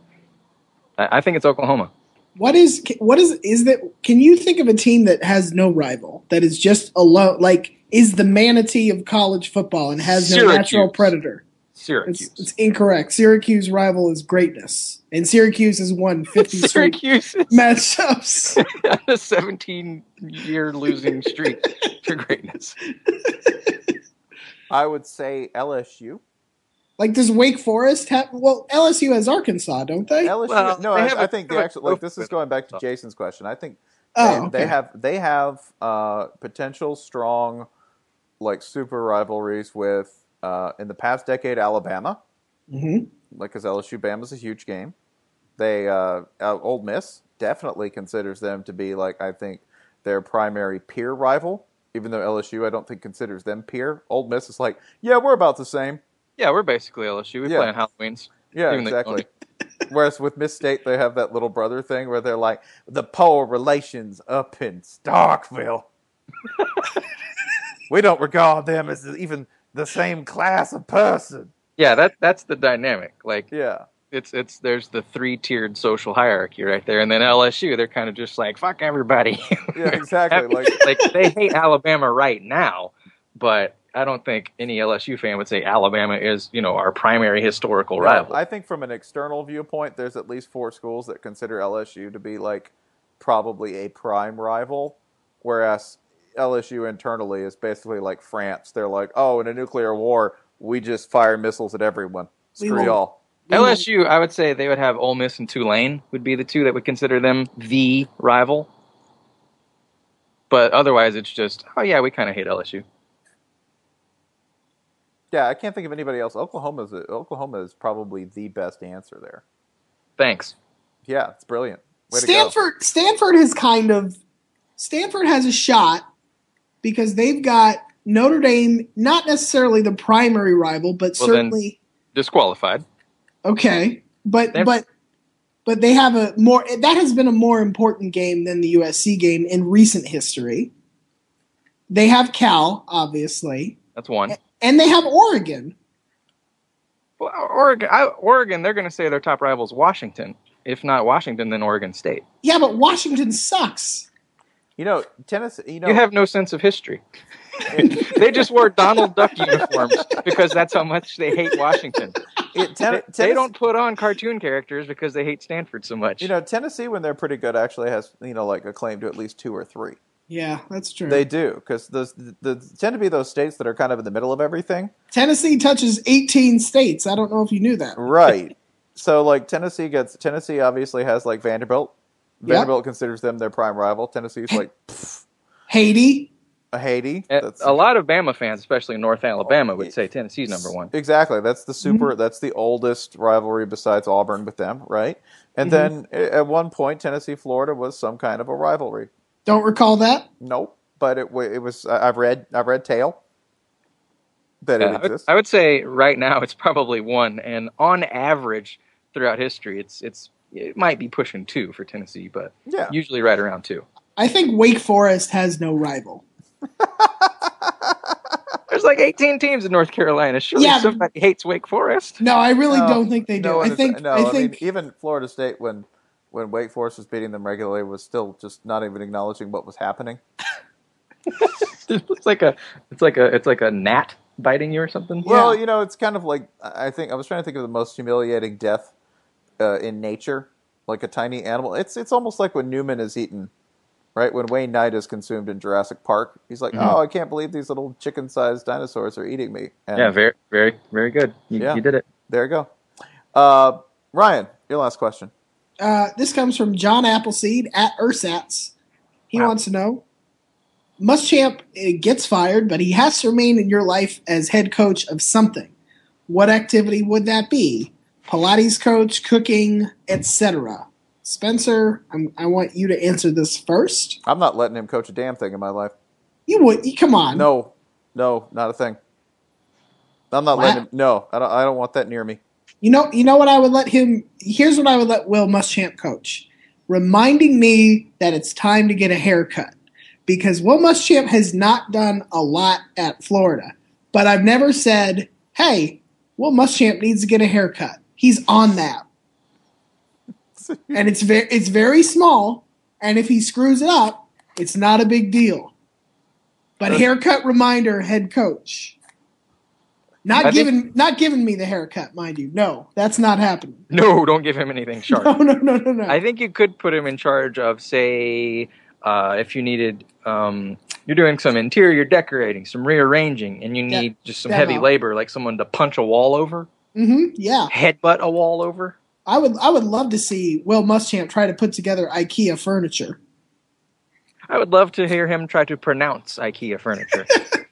I, I think it's Oklahoma. What is what is is that? Can you think of a team that has no rival that is just alone? Like is the manatee of college football and has no Syracuse. natural predator? Syracuse. It's, it's incorrect. Syracuse rival is greatness, and Syracuse has won fifty straight Syracuse matchups. is on a 17 year losing streak for greatness. I would say LSU. like does Wake Forest have? Well, LSU has Arkansas, don't they? LSU. Well, no, they I, have I a- think they the have a actual like this is open- going back to Jason's question. I think they, oh, okay. they have they have uh, potential strong like super rivalries with uh, in the past decade Alabama, hmm like because LSU Bama's a huge game. They uh, uh, Old Miss definitely considers them to be like I think their primary peer rival. Even though LSU, I don't think considers them peer. Old Miss is like, yeah, we're about the same. Yeah, we're basically LSU. We Yeah. play on Halloween's. Yeah, Even though you exactly. Whereas with Miss State, they have that little brother thing where they're like, the poor relations up in Starkville. we don't regard them as even the same class of person. Yeah, that that's the dynamic. Like Yeah. it's it's there's the three tiered social hierarchy right there, and then LSU they're kind of just like fuck everybody. Yeah, exactly. Like, like they hate Alabama right now, but I don't think any LSU fan would say Alabama is, you know, our primary historical rival. I think from an external viewpoint, there's at least four schools that consider LSU to be like probably a prime rival, whereas LSU internally is basically like France. They're like, oh, in a nuclear war, we just fire missiles at everyone. We Screw won't- y'all. LSU, I would say they would have Ole Miss and Tulane would be the two that would consider them the rival. But otherwise, it's just, oh yeah, we kind of hate LSU. Yeah, I can't think of anybody else. Oklahoma's Oklahoma is probably the best answer there. Thanks. Yeah, it's brilliant. Way To Stanford Stanford has kind of Stanford has a shot because they've got Notre Dame, not necessarily the primary rival, but Well, then- certainly Disqualified. okay. But They're- but but they have a more that has been a more important game than the USC game in recent history. They have Cal, obviously, That's one. and they have Oregon. Well, Oregon, I, Oregon, they're going to say their top rival is Washington. If not Washington, then Oregon State. Yeah, but Washington sucks. go. You know, Tennessee. You know, You have no sense of history. they just wore Donald Duck uniforms because that's how much they hate Washington. it, Ten- They, they Tennessee- don't put on cartoon characters because they hate Stanford so much. You know, Tennessee when they're pretty good actually has you know like a claim to at least two or three. Yeah, that's true. Mm-hmm. They do because those the, tend to be those states that are kind of in the middle of everything. Tennessee touches 18 states. I don't know if you knew that. Right. so like Tennessee gets Tennessee obviously has like Vanderbilt. Yeah. Vanderbilt considers them their prime rival. Tennessee's like pff, Haiti, a Haiti. a Eh, a lot of Bama fans, especially in North Alabama, would say Tennessee's number one. Mm-hmm. Exactly. That's the super. That's the oldest rivalry besides Auburn with them, right? And Mm-hmm. then a- at one point, Tennessee Florida was some kind of a rivalry. don't recall that. Nope, but it wa- it was. I- I've read I've read tale that Yeah, Uh, it I would- exists. I would say right now it's probably one, and on average throughout history, it's it's it might be pushing two for Tennessee, but yeah, usually right around two. I think Wake Forest has no rival. There's like 18 teams in North Carolina. Surely Yeah. somebody hates Wake Forest. No, I really No, don't think they do. no one I is- think no. I mean, think even Florida State when when Wake Forest was beating them regularly was still just not even acknowledging what was happening. it's like a it's like a it's like a gnat biting you or something. Yeah. Well, you know, it's kind of like I I think I was trying to think of the most humiliating death uh, in nature, like a tiny animal. It's it's almost like when Newman is eaten, right? When Wayne Knight is consumed in Jurassic Park, he's like, Mhm. "Oh, I can't believe these little chicken-sized dinosaurs are eating me." And Yeah, very very very good. You, Yeah. you did it. there you go. Uh, Ryan, your last question. uh, this comes from John Appleseed at Ursats. He Wow. wants to know: Muschamp uh, gets fired, but he has to remain in your life as head coach of something. What activity would that be? Pilates coach, cooking, etc. Spencer, I'm, I want you to answer this first. I'm not letting him coach a damn thing in my life. You would, you, come on. No, no, not a thing. I'm not What? letting him. No, I don't. I don't want that near me. You know, you know what I would let him. Here's what I would let Will Muschamp coach, reminding me that it's time to get a haircut because Will Muschamp has not done a lot at Florida, but I've never said, "Hey, Will Muschamp needs to get a haircut." He's on that, and it's very it's very small. And if he screws it up, it's not a big deal. But haircut reminder, head coach. I Not think- giving not giving me the haircut, mind you. No, that's not happening. No, don't give him anything sharp. No, no, no, no, no. I think you could put him in charge of, say, uh, if you needed, um, you're doing some interior decorating, some rearranging, and you Yeah, need just some demo. heavy labor, like someone to punch a wall over, hmm Yeah, headbutt a wall over. I would. I would love to see Will Muschamp try to put together IKEA furniture. I would love to hear him try to pronounce IKEA furniture. I-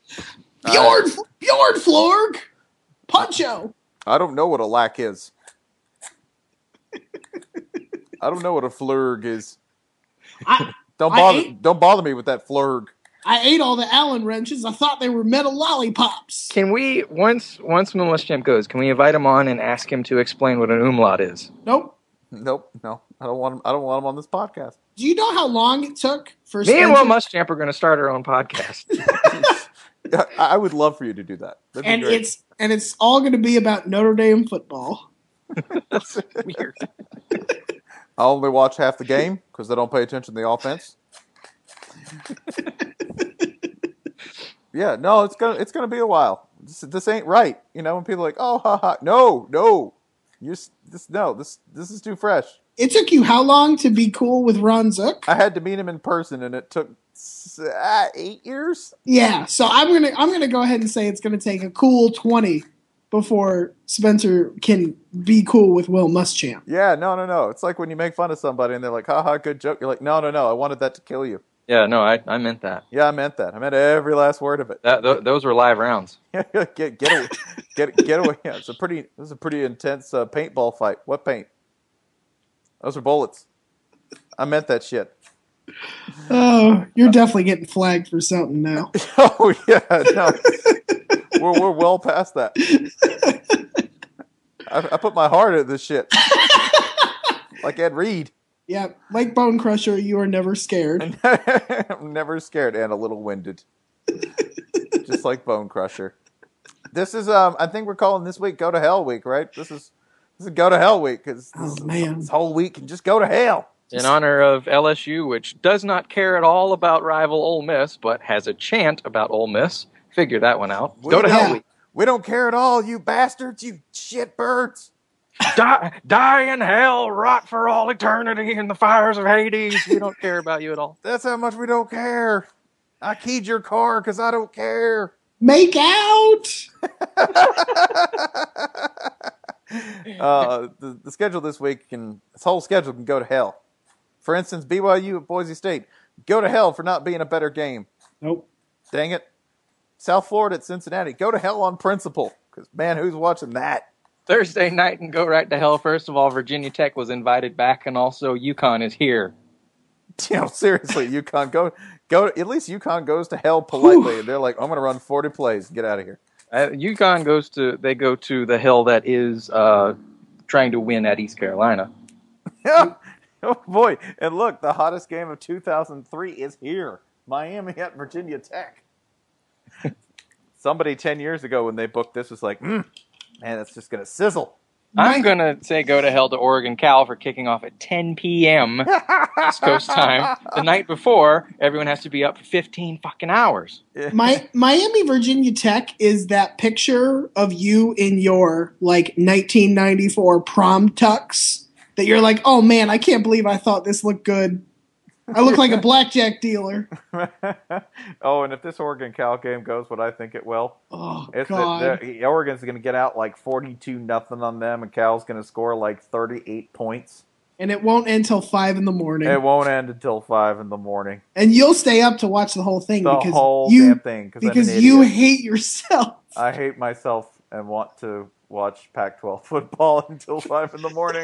Bjorn, Bjorn Florg, Puncho. I don't know what a lack is. I don't know what a flurg is. I, Don't I bother. ate- Don't bother me with that flurg. I ate all the Allen wrenches. I thought they were metal lollipops. can we once once Mimless Champ goes, can we invite him on and ask him to explain what an umlaut is? Nope. Nope. No. I don't want him. I don't want him on this podcast. Do you know how long it took for Me and Spencer- Will Muschamp are going to start our own podcast. I, I would love for you to do that. That'd be and great. it's and it's all going to be about Notre Dame football. That's weird. I only watch half the game because I don't pay attention to the offense. yeah, no, it's gonna it's gonna be a while. This, this ain't right, you know. When people are like, oh, ha, ha, no, no, you s- this no this this is too fresh. It took you how long to be cool with Ron Zook? I had to meet him in person, and it took s- uh, eight years. Yeah, so I'm gonna I'm gonna go ahead and say it's gonna take a cool twenty before Spencer can be cool with Will Muschamp. Yeah, no, no, no. It's like when you make fun of somebody and they're like, ha ha, good joke. You're like, no, no, no. I wanted that to kill you. Yeah, no, I, I meant that. Yeah, I meant that. I meant every last word of it. that th- those were live rounds. get get away, get get away. Yeah, it's a pretty this is a pretty intense uh, paintball fight. What paint? Those are bullets. I meant that shit. Oh, you're definitely getting flagged for something now. oh yeah, no, we're we're well past that. I, I put my heart into this shit, like Ed Reed. Yeah, like Bone Crusher, you are never scared. I'm never scared and a little winded, just like Bone Crusher. This is um, I think we're calling this week "Go to Hell Week," right? This is this is "Go to Hell Week" because Oh, this, man. this whole week can just go to hell. in honor of LSU, which does not care at all about rival Ole Miss, but has a chant about Ole Miss. Figure that one out. We Go to don't- hell. Yeah. We don't care at all, you bastards, you shitbirds. Die, die in hell, rot for all eternity in the fires of Hades. We don't care about you at all. That's how much we don't care. I keyed your car because I don't care. Make out. uh, the, the schedule this week can this whole schedule can go to hell. For instance, BYU at Boise State go to hell for not being a better game. Nope. Dang it. South Florida at Cincinnati go to hell on principle because man, who's watching that? Thursday night and go right to hell. First of all, Virginia Tech was invited back, and also UConn is here. You know, seriously, UConn go go. At least UConn goes to hell politely. They're like, I'm gonna run 40 plays, and get out of here. Uh, UConn goes to they go to the hell that is uh, trying to win at East Carolina. Yeah. Oh boy! And look, the hottest game of 2003 is here: Miami at Virginia Tech. Somebody 10 years ago, when they booked this, was like, mm, "Man, that's just gonna sizzle." I'm gonna say go to hell to Oregon Cal for kicking off at 10 p.m. East Coast time. The night before, everyone has to be up for 15 fucking hours. My Miami Virginia Tech is that picture of you in your like 1994 prom tux that you're like, oh man, I can't believe I thought this looked good. I look like a blackjack dealer. oh, and if this Oregon Cal game goes what I think it will, Oh it's god. that the- Oregon's gonna get out like 42 nothing on them, and Cal's gonna score like 38 points. and it won't end till five in the morning. It won't end until five in the morning. and you'll stay up to watch the whole thing The because whole you damn thing I'm an because you idiot. hate yourself. I hate myself and want to watch Pac-12 football until five in the morning.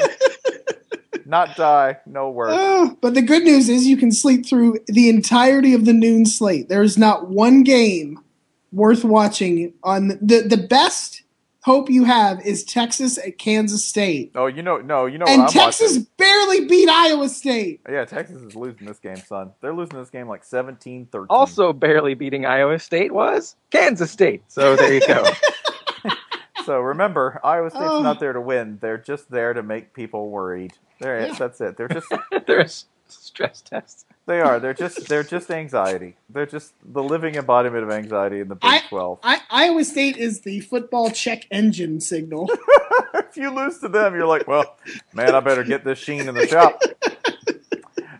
Not die, no work. Oh, but the good news is you can sleep through the entirety of the noon slate. There is not one game worth watching on the the best hope you have is Texas at Kansas State. Oh, you know, no, you know and what I'm Texas watching. barely beat Iowa State. Yeah, Texas is losing this game, son. They're losing this game like 17-13. Also, barely beating Iowa State was Kansas State. So there you go. so remember, Iowa State's Oh. not there to win. They're just there to make people worried. There, Yeah. is that's it. They're just They're a s- stress test. they are. They're just they're just anxiety. They're just the living embodiment of anxiety in the Big I- 12. I, Iowa State is the football check engine signal. if you lose to them, you're like, well, man, I better get this sheen in the shop.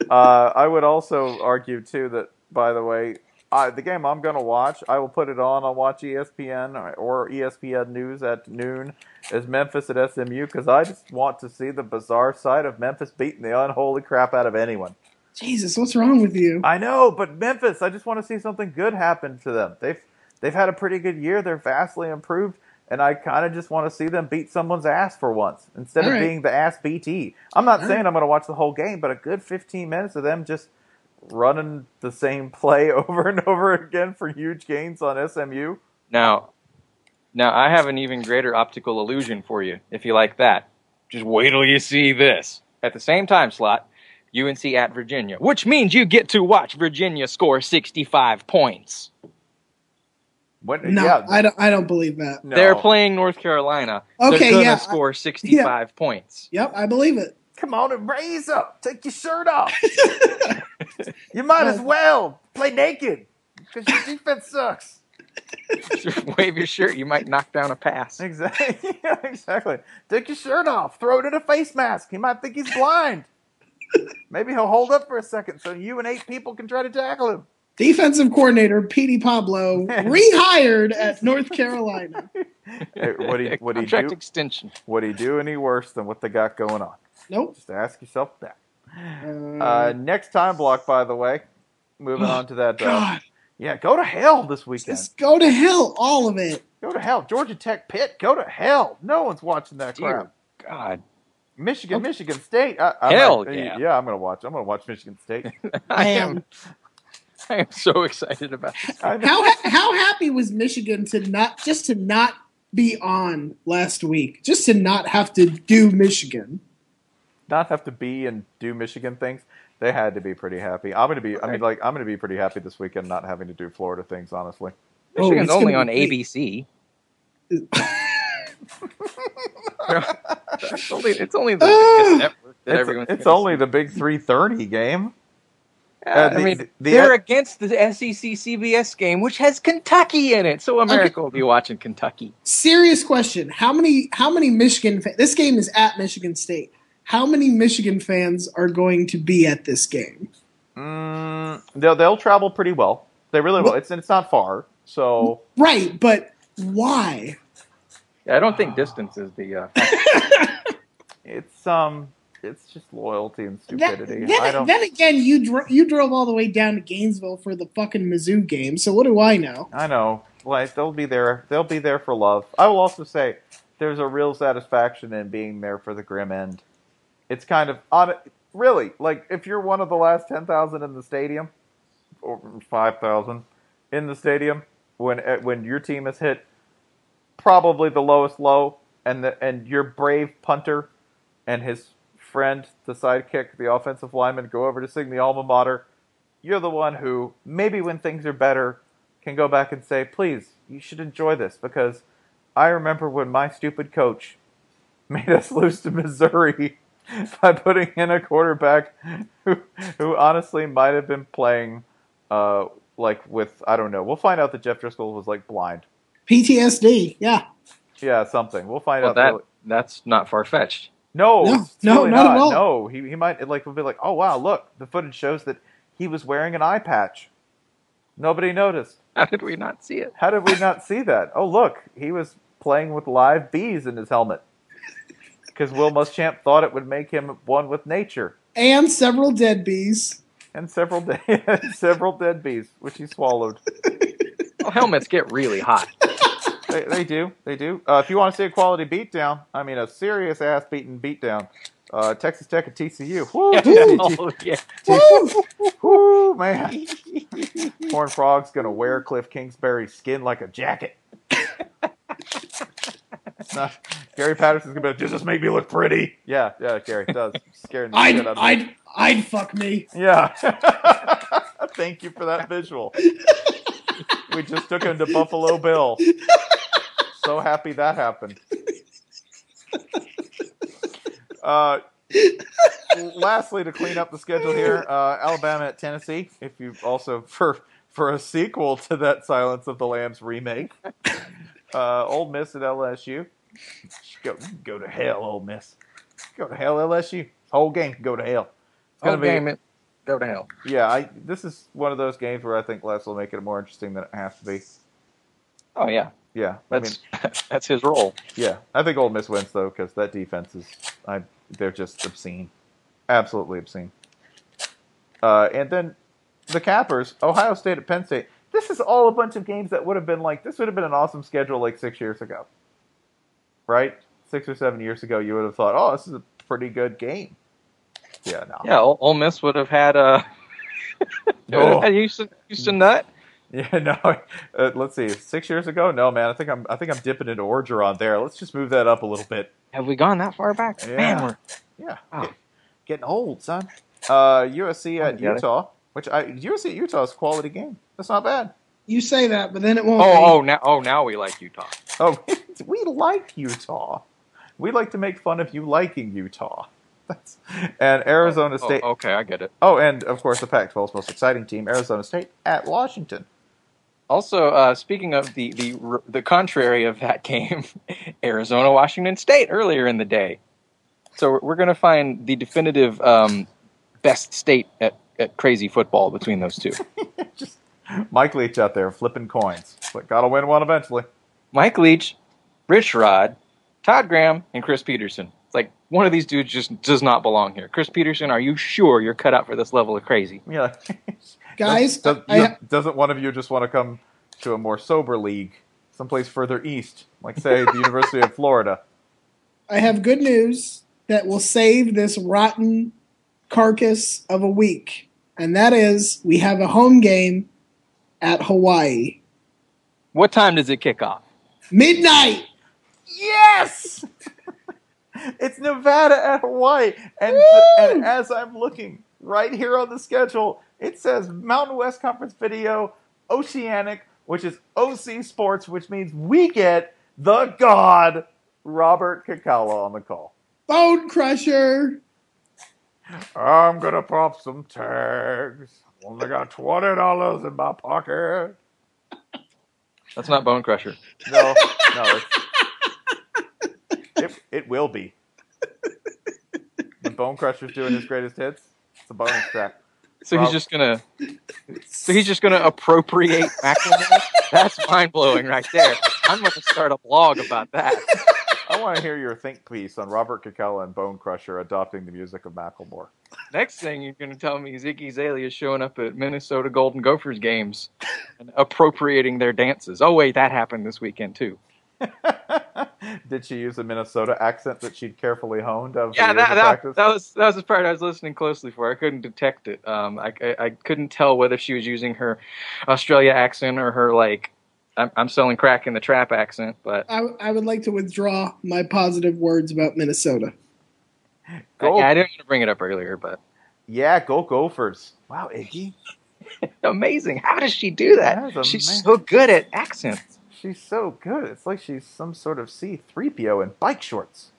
Uh, I would also argue too that, by the way, I, the game I'm going to watch, I will put it on. I'll watch E ESPN or, or E ESPN News at noon. Is Memphis at SMU because I just want to see the bizarre side of Memphis beating the unholy crap out of anyone. Jesus, what's wrong with you? I know, but Memphis, I just want to see something good happen to them. They've they've had a pretty good year. They're vastly improved, and I kind of just want to see them beat someone's ass for once instead All of right. being the ass BT. I'm not All saying I'm going to watch the whole game, but a good 15 minutes of them just running the same play over and over again for huge gains on SMU. Now, now I have an even greater optical illusion for you, if you like that. Just wait till you see this. At the same time slot, UNC at Virginia, which means you get to watch Virginia score 65 points. When, No, yeah, I don't. I don't believe that. no. They're playing North Carolina. Okay, They're gonna yeah, I- score 65 points. Yep, I believe it. Come on and raise up. Take your shirt off. you might as well play naked because your defense sucks. Wave your shirt, you might knock down a pass. Exactly. yeah, exactly. Take your shirt off. Throw it in a face mask. He might think he's blind. Maybe he'll hold up for a second so you and eight people can try to tackle him. Defensive coordinator Petey Pablo rehired at North Carolina. what do you- what do you Contract do? extension. Would he do any worse than what they got going on? Nope. Just ask yourself that. Uh, Uh, next time block, by the way. Moving on to that. Uh, God, yeah, go to hell this weekend. just go to hell, all of it. Go to hell. Georgia Tech Pitt, go to hell. No one's watching that crap. Dear God. Michigan, Michigan State. I, I'm Hell act- yeah. Yeah, I'm gonna watch. I'm gonna watch Michigan State. I am, I am so excited about this. I know. How ha- how happy was Michigan to not just to not be on last week, just to not have to do Michigan. not have to be and do Michigan things, they had to be pretty happy. I'm gonna be. I mean, Right. like I'm gonna be pretty happy this weekend not having to do Florida things. Honestly, Oh, Michigan's it's only gonna on be great. ABC. it's only it's only the Ah. biggest network that everyone's it's, it's gonna only see. the big 3:30 game. Yeah, uh, I the- mean the- the- they're against the E SEC CBS game, which has Kentucky in it. So America will be watching Kentucky. Serious question: How many how many Michigan fa- this game is at Michigan State? How many Michigan fans are going to be at this game? Mm, they'll they'll travel pretty well. They really will. Wh- It's and it's not far, so Right, but why? Yeah, I don't Ah. think distance is the. Uh, factor. it's um it's just loyalty and That- stupidity. then, I don't. then again, you dro- you drove all the way down to Gainesville for the fucking Mizzou game, so what do I know? I know. Like they'll be there. They'll be there for love. I will also say there's a real satisfaction in being there for the grim end. It's kind of on really like if you're one of the last ten thousand in the stadium or five thousand in the stadium when eh, when your team is hit probably the lowest low and the and your brave punter and his friend the sidekick the offensive lineman go over to sing the alma mater you're the one who maybe when things are better can go back and say, please, you should enjoy this because I remember when my stupid coach made us lose to Missouri by putting in a quarterback who, who honestly might have been playing uh, like with I don't know. We'll find out that Jeff Driscoll was like blind. PTSD, yeah. Yeah, something. We'll find well, out. that really- that's not far fetched. No, No, it's no, really not at all. No, he he might like would be like, oh wow, look, the footage shows that he was wearing an eye patch. Nobody noticed. How did we not see it? How did we not see that? Oh, look, he was playing with live bees in his helmet. Because Will Muschamp thought it would make him one with nature, And several dead bees. and several de- several dead bees, which he swallowed. Well, helmets get really hot. They, they do. They do. Uh, if you want to see a quality beatdown, I mean a serious ass beating beatdown, uh, Texas Tech and TCU. Woo, Oh, yeah. Woo! woo, man. Horn Frog's gonna wear Cliff Kingsbury's skin like a jacket. Nah, Gary Patterson's gonna be like, "Does this make me look pretty?" Yeah, yeah, Gary it does. Scaring the I'd, shit out of me. I'd, I'd fuck me. Yeah. Thank you for that visual. we just took him to Buffalo Bill. So happy that happened. Uh, lastly, to clean up the schedule here, uh, Alabama at Tennessee. If you also for for a sequel to that Silence of the Lambs remake, uh, Ole Miss at LSU. Go, go to hell, Ole Miss. Go to hell, LSU. Whole game can go to hell. It's Whole gonna be game Oh, it. Go to hell. yeah, I, this is one of those games where I think Les will make it more interesting than it has to be. Oh yeah, Yeah, that's that's his role. I mean, yeah, I think Ole Miss wins though because that defense is, I, they're just obscene, absolutely obscene. Uh, and then the Cappers, Ohio State at Penn State. This is all a bunch of games that would have been like this would have been an awesome schedule like six years ago, right? Six or seven years ago, you would have thought, oh, this is a pretty good game. Yeah, no, Yeah, Ole, Ole Miss would have had uh, a. No. Houston, Houston Nut. Yeah, no. Uh, let's see. Six years ago, no, man. I think I'm. I think I'm dipping into Orgeron there. Let's just move that up a little bit. Have we gone that far back? Yeah. Man, we're Yeah, Oh. Get- getting old, son. Uh, USC I at get it. Utah, which I USC at Utah is a quality game. That's not bad. You say that, but then it won't. oh oh now oh now we like Utah. Oh, we like Utah. We like to make fun of you liking Utah. That's, and Arizona Oh, State. okay, I get it. Oh, and of course the Pac-12's most exciting team, Arizona State at Washington. Also, uh, speaking of the the r- the contrary of that game, Arizona Washington State earlier in the day. So we're, we're going to find the definitive um, best state at, at crazy football between those two. just Mike Leach out there flipping coins. But gotta win one eventually. Mike Leach, Rich Rod, Todd Graham, and Chris Peterson. It's Like one of these dudes just does not belong here. Chris Peterson, are you sure you're cut out for this level of crazy? Yeah. Guys, does, does, I- not one of you just want to come to a more sober league, someplace further east, like say the University of Florida? I have good news that will save this rotten carcass of a week, and that is we have a home game at Hawaii. What time does it kick off? Midnight. Yes, it's Nevada at Hawaii, and the- and as I'm looking right here on the schedule, it says Mountain West Conference Video Oceanic, which is OC Sports, which means we get the God Robert Kakala on the call. Bone crusher. I'm gonna pop some tags. Only got twenty dollars in my pocket. That's not Bone Crusher. No, no, it's- it it will be. When Bone Crusher's doing his greatest hits, it's a bonus track. So Rob- he's just gonna. So he's just gonna appropriate Macklemore. That's mind blowing right there. I'm gonna start a blog about that. I want to hear your think piece on Robert Kikella and Bone Crusher adopting the music of Macklemore. Next thing you're gonna tell me is Iggy Azalea is showing up at Minnesota Golden Gophers games and appropriating their dances. Oh wait, that happened this weekend too. Did she use a Minnesota accent that she'd carefully honed over Yeah, the years that, of that, practice? that was that was the part I was listening closely for. I couldn't detect it. Um, I, I I couldn't tell whether she was using her Australia accent or her like I'm, I'm selling crack in the trap accent, but I, I would like to withdraw my positive words about Minnesota. Gold- yeah, I didn't want to bring it up earlier, but. yeah, go Gophers! Wow, Iggy, amazing. How does she do that? That's She's amazing. so good at accents. she's so good. It's like she's some sort of C three PO in bike shorts.